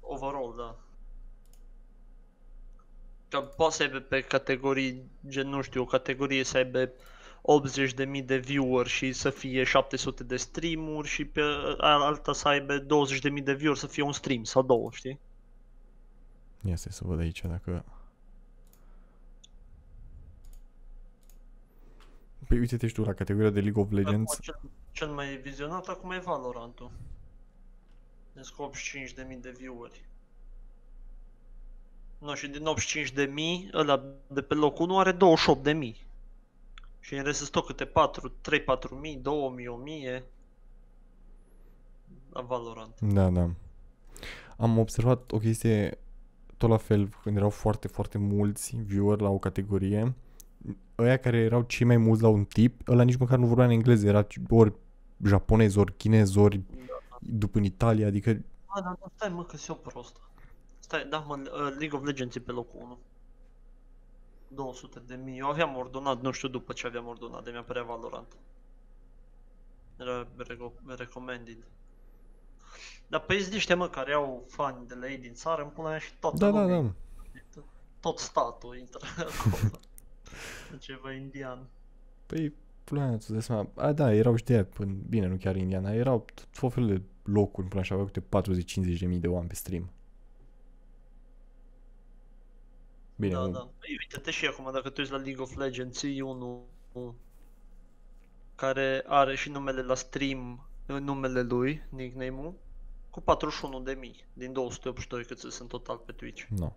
Speaker 2: Overall, da. Că poți să aibă pe categorii, gen nu știu, o categorie să aibă 80.000 de viewer și să fie 700 de stream-uri și pe alta să aibă 20.000 de viewer să fie un stream sau două, știi?
Speaker 1: Ia să să văd aici dacă... Păi uite-te și tu la categoria de League of Legends.
Speaker 2: Acum, cel, cel mai vizionat acum e Valorant-ul. Deci cu 85.000 de vieweri. Nu, și din 85.000, ăla de pe locul 1 are 28.000. Și în rest sunt tot câte 4, 3, 4.000, 2.000, 1.000 la Valorant.
Speaker 1: Da, da. Am observat o chestie tot la fel, când erau foarte, foarte mulți viewer la o categorie, ăia care erau cei mai mulți la un tip, ăla nici măcar nu vorbea în engleză, era ori japonez, ori chinez, ori după în Italia, adică
Speaker 2: Da, da, da, stai mă că sunt eu prost. Stai, da mă, uh, League of Legends e pe locul 1. 200 de mii, eu aveam ordonat, nu știu după ce aveam ordonat, de mi-a părea Valorant. Era rego- recommended. Dar pe sunt niște mă care au fani de la ei din țară, îmi pune și toată
Speaker 1: Da, da,
Speaker 2: lumea,
Speaker 1: da.
Speaker 2: tot statul intră (laughs)
Speaker 1: (laughs)
Speaker 2: acolo. Ceva indian.
Speaker 1: Păi, pula mea, tu dai seama. A, da, erau și de aia, pân- bine, nu chiar indiana, erau tot- tot felul de locuri, până așa, aveau câte 40-50 de mii de oameni pe stream. Bine,
Speaker 2: da,
Speaker 1: nu-
Speaker 2: da. Păi, uite-te și acum, dacă tu ești la League of Legends, e unul care are și numele la stream, numele lui, nickname-ul, cu 41.000 din 282 cât sunt în total pe Twitch,
Speaker 1: Nu.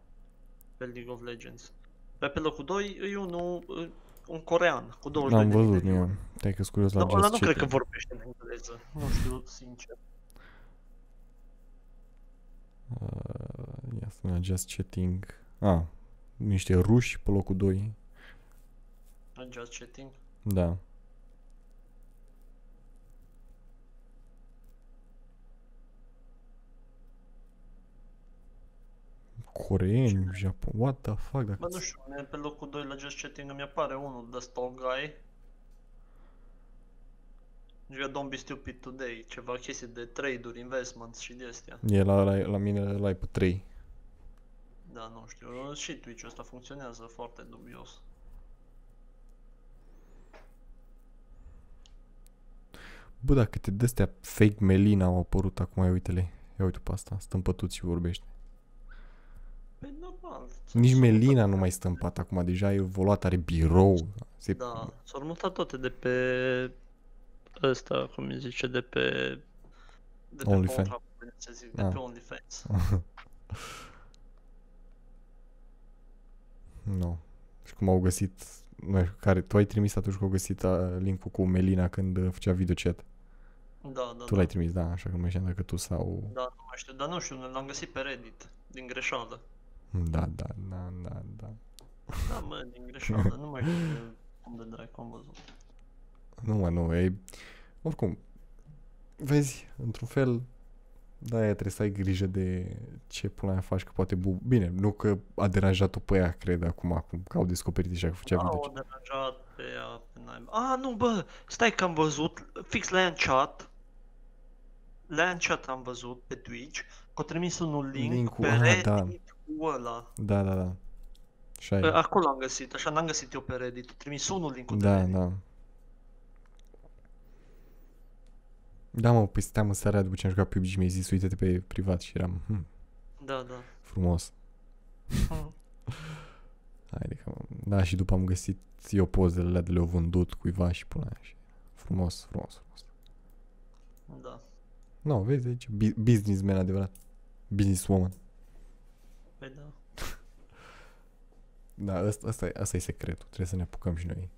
Speaker 2: pe League of Legends. Pe, pe locul 2 e unul, e un corean, cu 22.000
Speaker 1: N-am văzut,
Speaker 2: de
Speaker 1: nu
Speaker 2: viewer.
Speaker 1: am. Te-ai că curios la
Speaker 2: Dar ăla
Speaker 1: Just
Speaker 2: nu cred că
Speaker 1: Chatting.
Speaker 2: vorbește în engleză, nu știu, sincer.
Speaker 1: Uh, Ia să ne Just Chatting. A, niște ruși pe locul 2.
Speaker 2: În just chatting.
Speaker 1: Da. Coreeni, Japon, what the fuck, dacă
Speaker 2: Bă, nu știu, mie pe locul 2 la Just Chatting îmi apare unul de Stall Guy. Deci eu Don't Be Stupid Today, ceva chestii de trade-uri, investments și de astea.
Speaker 1: E la, la, la mine la pe 3.
Speaker 2: Da, nu știu, și Twitch-ul ăsta funcționează foarte dubios.
Speaker 1: Bă, dacă te destea fake Melina au apărut acum, ia uite-le. Ia uite pe asta, stâmpătut și vorbește.
Speaker 2: Păi normal. s-au
Speaker 1: Nici
Speaker 2: mutat
Speaker 1: Melina nu
Speaker 2: toate-
Speaker 1: mai stâmpat acum, deja e evoluat, are birou. Se...
Speaker 2: Da, s-au mutat toate de pe... Ăsta, cum îi zice, de pe... De pe
Speaker 1: OnlyFans.
Speaker 2: Pornhub, bine să zic, de
Speaker 1: Ah.
Speaker 2: pe OnlyFans.
Speaker 1: Nu. Și cum au găsit, nu știu, care, tu ai trimis atunci că au găsit a, linkul cu Melina când uh, făcea videochat.
Speaker 2: Da, da,
Speaker 1: Tu
Speaker 2: da.
Speaker 1: l-ai trimis, da, așa că nu mai știam dacă tu sau...
Speaker 2: Da, nu mai știu, dar nu știu, l-am găsit pe Reddit, din greșeală.
Speaker 1: Da, da, da, da, da.
Speaker 2: Da, mă, din greșeală, nu mai știu unde dracu am văzut.
Speaker 1: Nu, mă, nu, e... Oricum, vezi, într-un fel, da, aia trebuie să ai grijă de ce pula mea faci, că poate bu... Bine, nu că a deranjat-o pe ea, cred, acum, acum, că au descoperit deja că făcea
Speaker 2: A,
Speaker 1: video.
Speaker 2: o deranjat pe ea, pe naiba. A, nu, bă, stai că am văzut, fix la ea în chat, la ea în chat am văzut pe Twitch, că a trimis unul link,
Speaker 1: Link-ul,
Speaker 2: pe
Speaker 1: ah,
Speaker 2: Reddit
Speaker 1: da.
Speaker 2: cu ăla.
Speaker 1: Da, da, da. Și
Speaker 2: Pe-
Speaker 1: ai...
Speaker 2: Acolo am găsit, așa n-am găsit eu pe Reddit, a trimis unul link de
Speaker 1: Da,
Speaker 2: Reddit.
Speaker 1: da. Da, mă, păi stăteam în seara după ce am jucat PUBG și mi-ai zis, uite-te pe privat și eram, hm,
Speaker 2: Da, da.
Speaker 1: frumos.
Speaker 2: Mhm.
Speaker 1: Haide că... Da, și după am găsit eu pozele alea de le-au vândut cuiva și până aia și... Frumos, frumos, frumos.
Speaker 2: Da.
Speaker 1: Nu, no, vezi aici, bu- businessman adevărat. Businesswoman.
Speaker 2: Păi da.
Speaker 1: Da, ăsta, ăsta, e- ăsta e secretul, trebuie să ne apucăm și noi.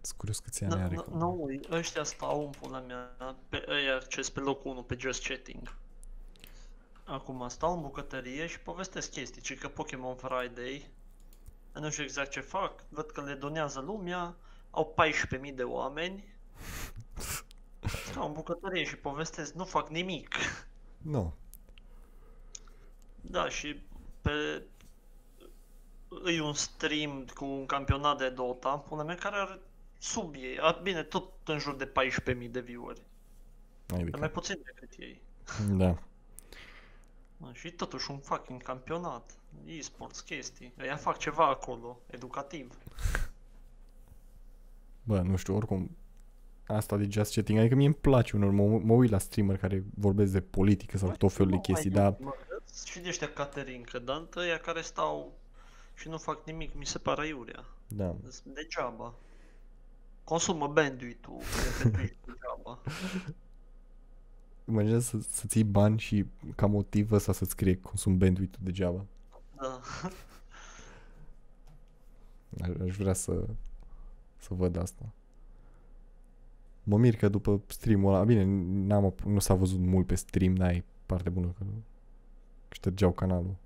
Speaker 1: Sunt curios câți ani
Speaker 2: Nu,
Speaker 1: are.
Speaker 2: nu,
Speaker 1: că-
Speaker 2: nu, ăștia stau în pula mea, pe ăia ce sunt pe locul 1, pe Just Chatting. Acum stau în bucătărie și povestesc chestii, ci că Pokémon Friday, nu știu exact ce fac, văd că le donează lumea, au 14.000 de oameni. Stau în bucătărie și povestesc, nu fac nimic.
Speaker 1: Nu.
Speaker 2: Da, și pe... E un stream cu un campionat de Dota, pula mea, care are sub ei, a, bine, tot în jur de 14.000 de view-uri.
Speaker 1: Ai de
Speaker 2: Dar mai
Speaker 1: cap.
Speaker 2: puțin decât ei.
Speaker 1: Da.
Speaker 2: Mă, și totuși un fucking campionat. E-sports, chestii. Ea fac ceva acolo, educativ.
Speaker 1: Bă, nu știu, oricum, asta de just chatting, adică mie îmi place unor, mă, mă uit la streamer care vorbesc de politică sau tot felul de
Speaker 2: Nu mai
Speaker 1: chestii,
Speaker 2: e,
Speaker 1: dar
Speaker 2: mă gândesc, Și de ăștia Caterin Cădantă, ea care stau și nu fac nimic, mi se pare iurea.
Speaker 1: da.
Speaker 2: Sunt Degeaba. Consumă bandwidth-ul de pe
Speaker 1: (laughs)
Speaker 2: Twitch degeaba.
Speaker 1: Imaginează să, să ții bani și ca motiv ăsta să-ți scrie consum bandwidth-ul degeaba.
Speaker 2: Da.
Speaker 1: Aș, aș vrea să, să văd asta. Mă mir că după stream-ul ăla, bine, n-am, ap- nu s-a văzut mult pe stream, dar e parte bună că ștergeau canalul.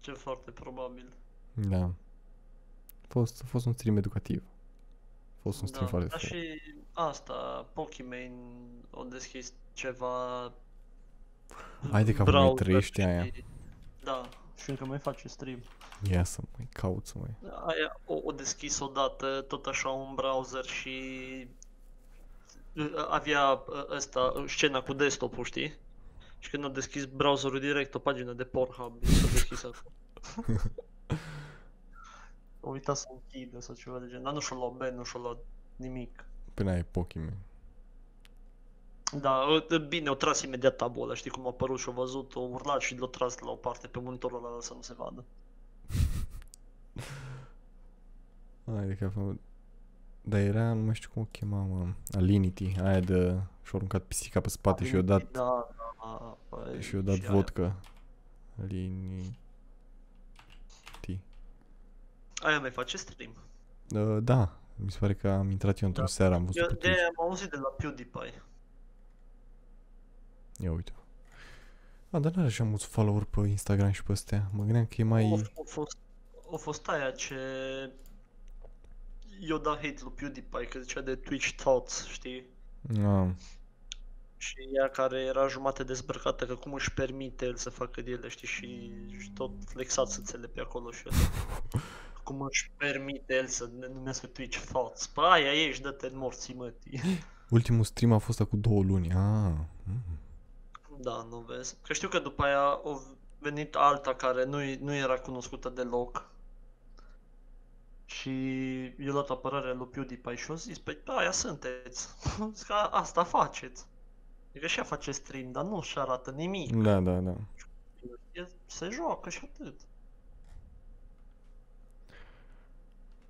Speaker 2: Ce foarte probabil.
Speaker 1: Da. A fost, a fost un stream educativ. A fost un stream
Speaker 2: Da,
Speaker 1: foarte
Speaker 2: dar
Speaker 1: fain.
Speaker 2: și asta, Pokimane o deschis ceva
Speaker 1: Hai de capul meu,
Speaker 2: browser
Speaker 1: trăiește
Speaker 2: și-
Speaker 1: aia.
Speaker 2: Da, și încă mai face stream.
Speaker 1: Ia să mai caut să mai...
Speaker 2: Aia o, o deschis odată, tot așa un browser și uh, avea uh, ăsta, uh, scena cu desktop-ul, știi? Și când a deschis browserul direct, o pagină de Pornhub i s-a deschis acolo. O uita să o închidă sau ceva de genul, dar nu și-o luat ban, nu și-o luat nimic.
Speaker 1: Până ai Pokemon.
Speaker 2: Da, uh, bine, o tras imediat tabul ăla, știi cum a apărut și-o văzut, o urlat și l-o tras la o parte pe monitorul ăla să nu se vadă.
Speaker 1: Hai de capul meu. Adică, Dar era, nu mai știu cum o chema, mă, Alinity, aia de... Și-a aruncat pisica pe spate și-a dat
Speaker 2: Da, da, păi,
Speaker 1: Și eu dat
Speaker 2: aia.
Speaker 1: vodka. Linii. Ti.
Speaker 2: Aia mai face stream.
Speaker 1: Uh, da, mi se pare că am intrat eu într-o
Speaker 2: Da.
Speaker 1: seară, am văzut
Speaker 2: Eu
Speaker 1: pe
Speaker 2: de
Speaker 1: Twitch.
Speaker 2: am auzit de la PewDiePie.
Speaker 1: Ia uite. A, dar n-are așa mulți follower pe Instagram și pe astea. Mă gândeam că e mai...
Speaker 2: O, o, fost, o fost aia ce... Eu da hate lui PewDiePie că zicea de Twitch Thoughts, știi?
Speaker 1: Ah,
Speaker 2: Și ea care era jumate dezbrăcată, că cum își permite el să facă de ele, știi? Și, și tot flexat să țele pe acolo și ăla. Cum își permite el să ne numească Twitch Thoughts? Pă, aia ești, dă-te în morții mătii.
Speaker 1: ultimul stream a fost acum două luni. Ah, mm.
Speaker 2: Da, nu vezi. Că știu că după aia a venit alta care nu, nu era cunoscută deloc. Și i-a luat apărarea lui PewDiePie și a zis, păi da, aia sunteți. (laughs) Zic că "A- asta faceți. Adică și ea face stream, dar nu și arată nimic.
Speaker 1: Da, da, da.
Speaker 2: E- Se joacă și atât.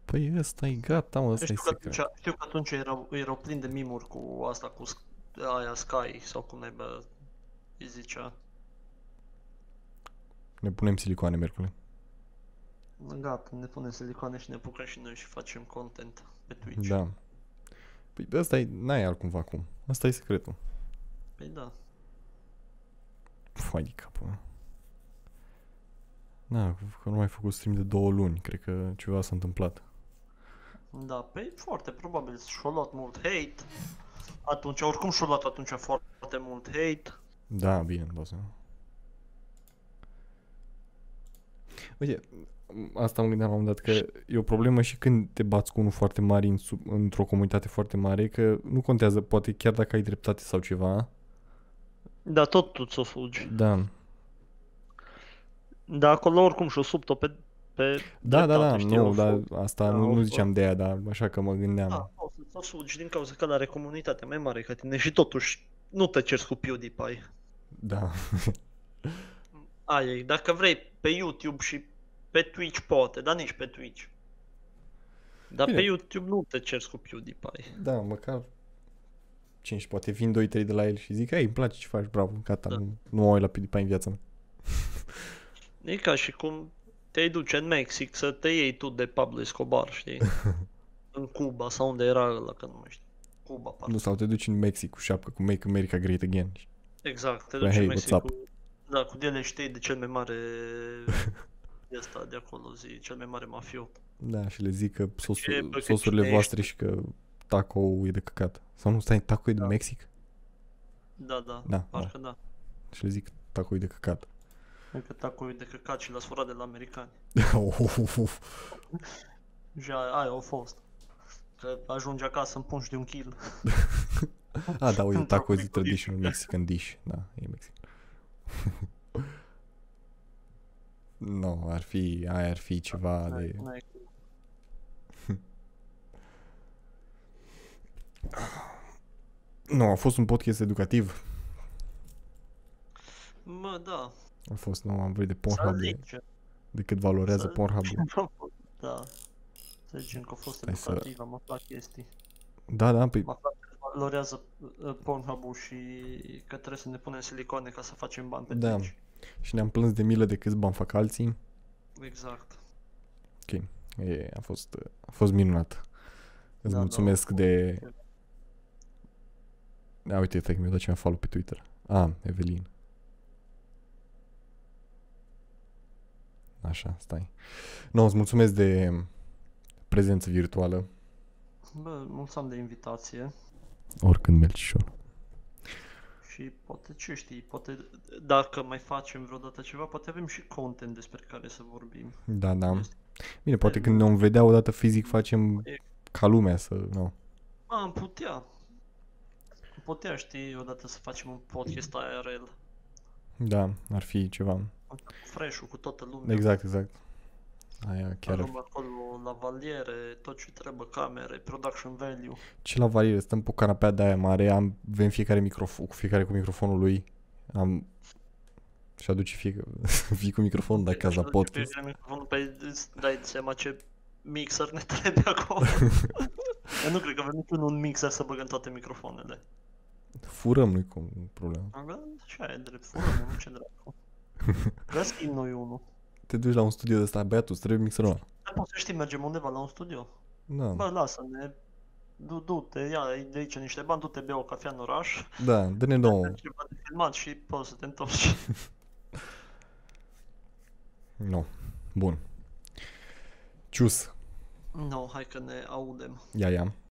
Speaker 1: Păi ăsta e gata, mă, ăsta e
Speaker 2: știu, că
Speaker 1: secret.
Speaker 2: atunci, știu că atunci erau, erau plini de mimuri cu asta, cu sc- aia Sky sau cum naiba îi zicea.
Speaker 1: Ne punem silicoane, Mercule.
Speaker 2: Gata, ne punem silicoane și ne bucurăm și noi și facem content pe Twitch.
Speaker 1: Da. Păi ăsta e, n-ai altcumva acum. Asta e secretul.
Speaker 2: Păi da.
Speaker 1: Fai de capul meu. Da, că nu mai făcut stream de două luni, cred că ceva s-a întâmplat.
Speaker 2: Da, pe foarte probabil și-a luat mult hate. Atunci, oricum și-a luat atunci foarte mult hate.
Speaker 1: Da, bine, îmi dau seama. Uite, m- asta mă gândeam la un moment dat că e o problemă și când te bați cu unul foarte mare în sub, într-o comunitate foarte mare, că nu contează, poate chiar dacă ai dreptate sau ceva.
Speaker 2: Da, tot tu ți-o fugi.
Speaker 1: Da,
Speaker 2: Da, acolo oricum și-o subto pe... pe
Speaker 1: da, da, da,
Speaker 2: dreptate, știi,
Speaker 1: nu,
Speaker 2: o
Speaker 1: da,
Speaker 2: fug.
Speaker 1: asta
Speaker 2: Da,
Speaker 1: nu,
Speaker 2: o
Speaker 1: nu
Speaker 2: fug.
Speaker 1: ziceam de ea, dar așa că mă gândeam.
Speaker 2: Da, o să ți-o sugi din cauza că el are comunitatea mai mare ca tine și totuși nu te ceri cu PewDiePie.
Speaker 1: Da,
Speaker 2: Aia e, dacă vrei pe YouTube și pe Twitch poate, dar nici pe Twitch. Dar
Speaker 1: Bine.
Speaker 2: pe YouTube nu te ceri cu PewDiePie.
Speaker 1: da, măcar 5, poate vin 2-3 de la el și zic, ei, îmi place ce faci, bravo, gata,
Speaker 2: Da.
Speaker 1: nu, nu mă uit la PewDiePie în viața mea.
Speaker 2: E ca și cum te-ai duce în Mexic să te iei tu de Pablo
Speaker 1: (laughs)
Speaker 2: Escobar, știi? în Cuba sau unde era ăla, că nu mai știu. Cuba, parcă.
Speaker 1: Nu, sau te duci în Mexic cu șapcă, cu Make America Great Again.
Speaker 2: Exact, te
Speaker 1: Păi,
Speaker 2: duci în
Speaker 1: hey,
Speaker 2: Mexic
Speaker 1: what's up?
Speaker 2: cu... Da, cu ele știi de cel mai
Speaker 1: (laughs)
Speaker 2: mare... de asta de acolo, zi, cel mai mare mafiot.
Speaker 1: Da, și le zic că sosul,
Speaker 2: Păi Ce, bă, că
Speaker 1: sosurile
Speaker 2: cine
Speaker 1: voastre și că taco e de căcat. Sau nu, stai, taco e din
Speaker 2: Da.
Speaker 1: Mexic?
Speaker 2: Da, da,
Speaker 1: Da,
Speaker 2: parcă da.
Speaker 1: Și le zic taco e de căcat. (laughs)
Speaker 2: Încă tacoi de căcat și l-a sfurat de la americani.
Speaker 1: Of, of, of.
Speaker 2: Și a- aia a fost. Că ajunge acasă în pungi de un kill.
Speaker 1: A, da,
Speaker 2: (laughs)
Speaker 1: uite,
Speaker 2: Într-o
Speaker 1: taco e
Speaker 2: fricotică.
Speaker 1: traditional Mexican dish. Da, e Mexic. (laughs) no, ar fi, aia ar fi ceva de...
Speaker 2: N-ai- n-ai cum.
Speaker 1: Nu, a fost un podcast educativ.
Speaker 2: Mă, da,
Speaker 1: A fost, nu, am vorbit de
Speaker 2: să
Speaker 1: Pornhub, de,
Speaker 2: zicem.
Speaker 1: de cât valorează
Speaker 2: Să-
Speaker 1: Pornhub.
Speaker 2: (laughs) Da. Să zicem că a fost
Speaker 1: Stai să-
Speaker 2: educativ, am aflat chestii.
Speaker 1: Da, da, păi,
Speaker 2: Am aflat că valorează uh, Pornhub-ul și că trebuie să ne punem silicone ca să facem bani pe
Speaker 1: Da.
Speaker 2: Twitch.
Speaker 1: și ne-am plâns de milă de câți bani fac alții.
Speaker 2: Exact.
Speaker 1: E, a fost, a fost minunat. Îți
Speaker 2: Da, da,
Speaker 1: mulțumesc
Speaker 2: oricum.
Speaker 1: de... Da, uite, stai că mi-a dat cineva follow pe Twitter. A, Evelin. Așa, stai. Nu, îți mulțumesc de prezență virtuală.
Speaker 2: Bă, mulțumim de invitație
Speaker 1: Oricând Melcișor.
Speaker 2: și poate ce știi, poate dacă mai facem vreodată ceva, poate avem și content despre care să vorbim.
Speaker 1: Da, da.
Speaker 2: Este-
Speaker 1: Bine, poate când ne vom vedea odată fizic facem
Speaker 2: E-
Speaker 1: ca lumea să... Nu.
Speaker 2: A, am putea. Am Putea, știi, odată să facem un podcast ARL.
Speaker 1: Da, ar fi ceva.
Speaker 2: Fresh-ul cu toată lumea.
Speaker 1: Exact, exact. Aia chiar ar
Speaker 2: Luăm acolo la valiere, tot ce trebuie, camere, production value.
Speaker 1: Ce la valiere, stăm pe o canapea de aia mare, am, avem fiecare microfon, cu fiecare cu microfonul lui, am și aduce fie, (laughs) fii cu microfonul
Speaker 2: Păi,
Speaker 1: de
Speaker 2: Deci
Speaker 1: acasă la podcast.
Speaker 2: Pe microfonul pe îți dai seama ce mixer ne (laughs) trebuie
Speaker 1: (laughs)
Speaker 2: acolo. Eu nu cred că avem niciun un mixer să băgăm toate microfoanele.
Speaker 1: Furăm, nu-i cum nu-i problemă.
Speaker 2: Da, așa e drept, furăm, nu ce
Speaker 1: (laughs)
Speaker 2: dracu. Vezi schimb noi unul.
Speaker 1: Te duci la un studio de ăsta, băiatul, îți trebuie mixerul ăla.
Speaker 2: Dar poți să știi, mergem undeva la un studio. Bă,
Speaker 1: Da,
Speaker 2: lasă-ne, du- du-te, ia de aici niște bani, du-te, bea o cafea în oraș,
Speaker 1: da, dă-ne nouă.
Speaker 2: ai ceva de filmat și poți să te întorci.
Speaker 1: Nu, no. bun. Cius,
Speaker 2: Nu, hai că ne audem.
Speaker 1: ia ia.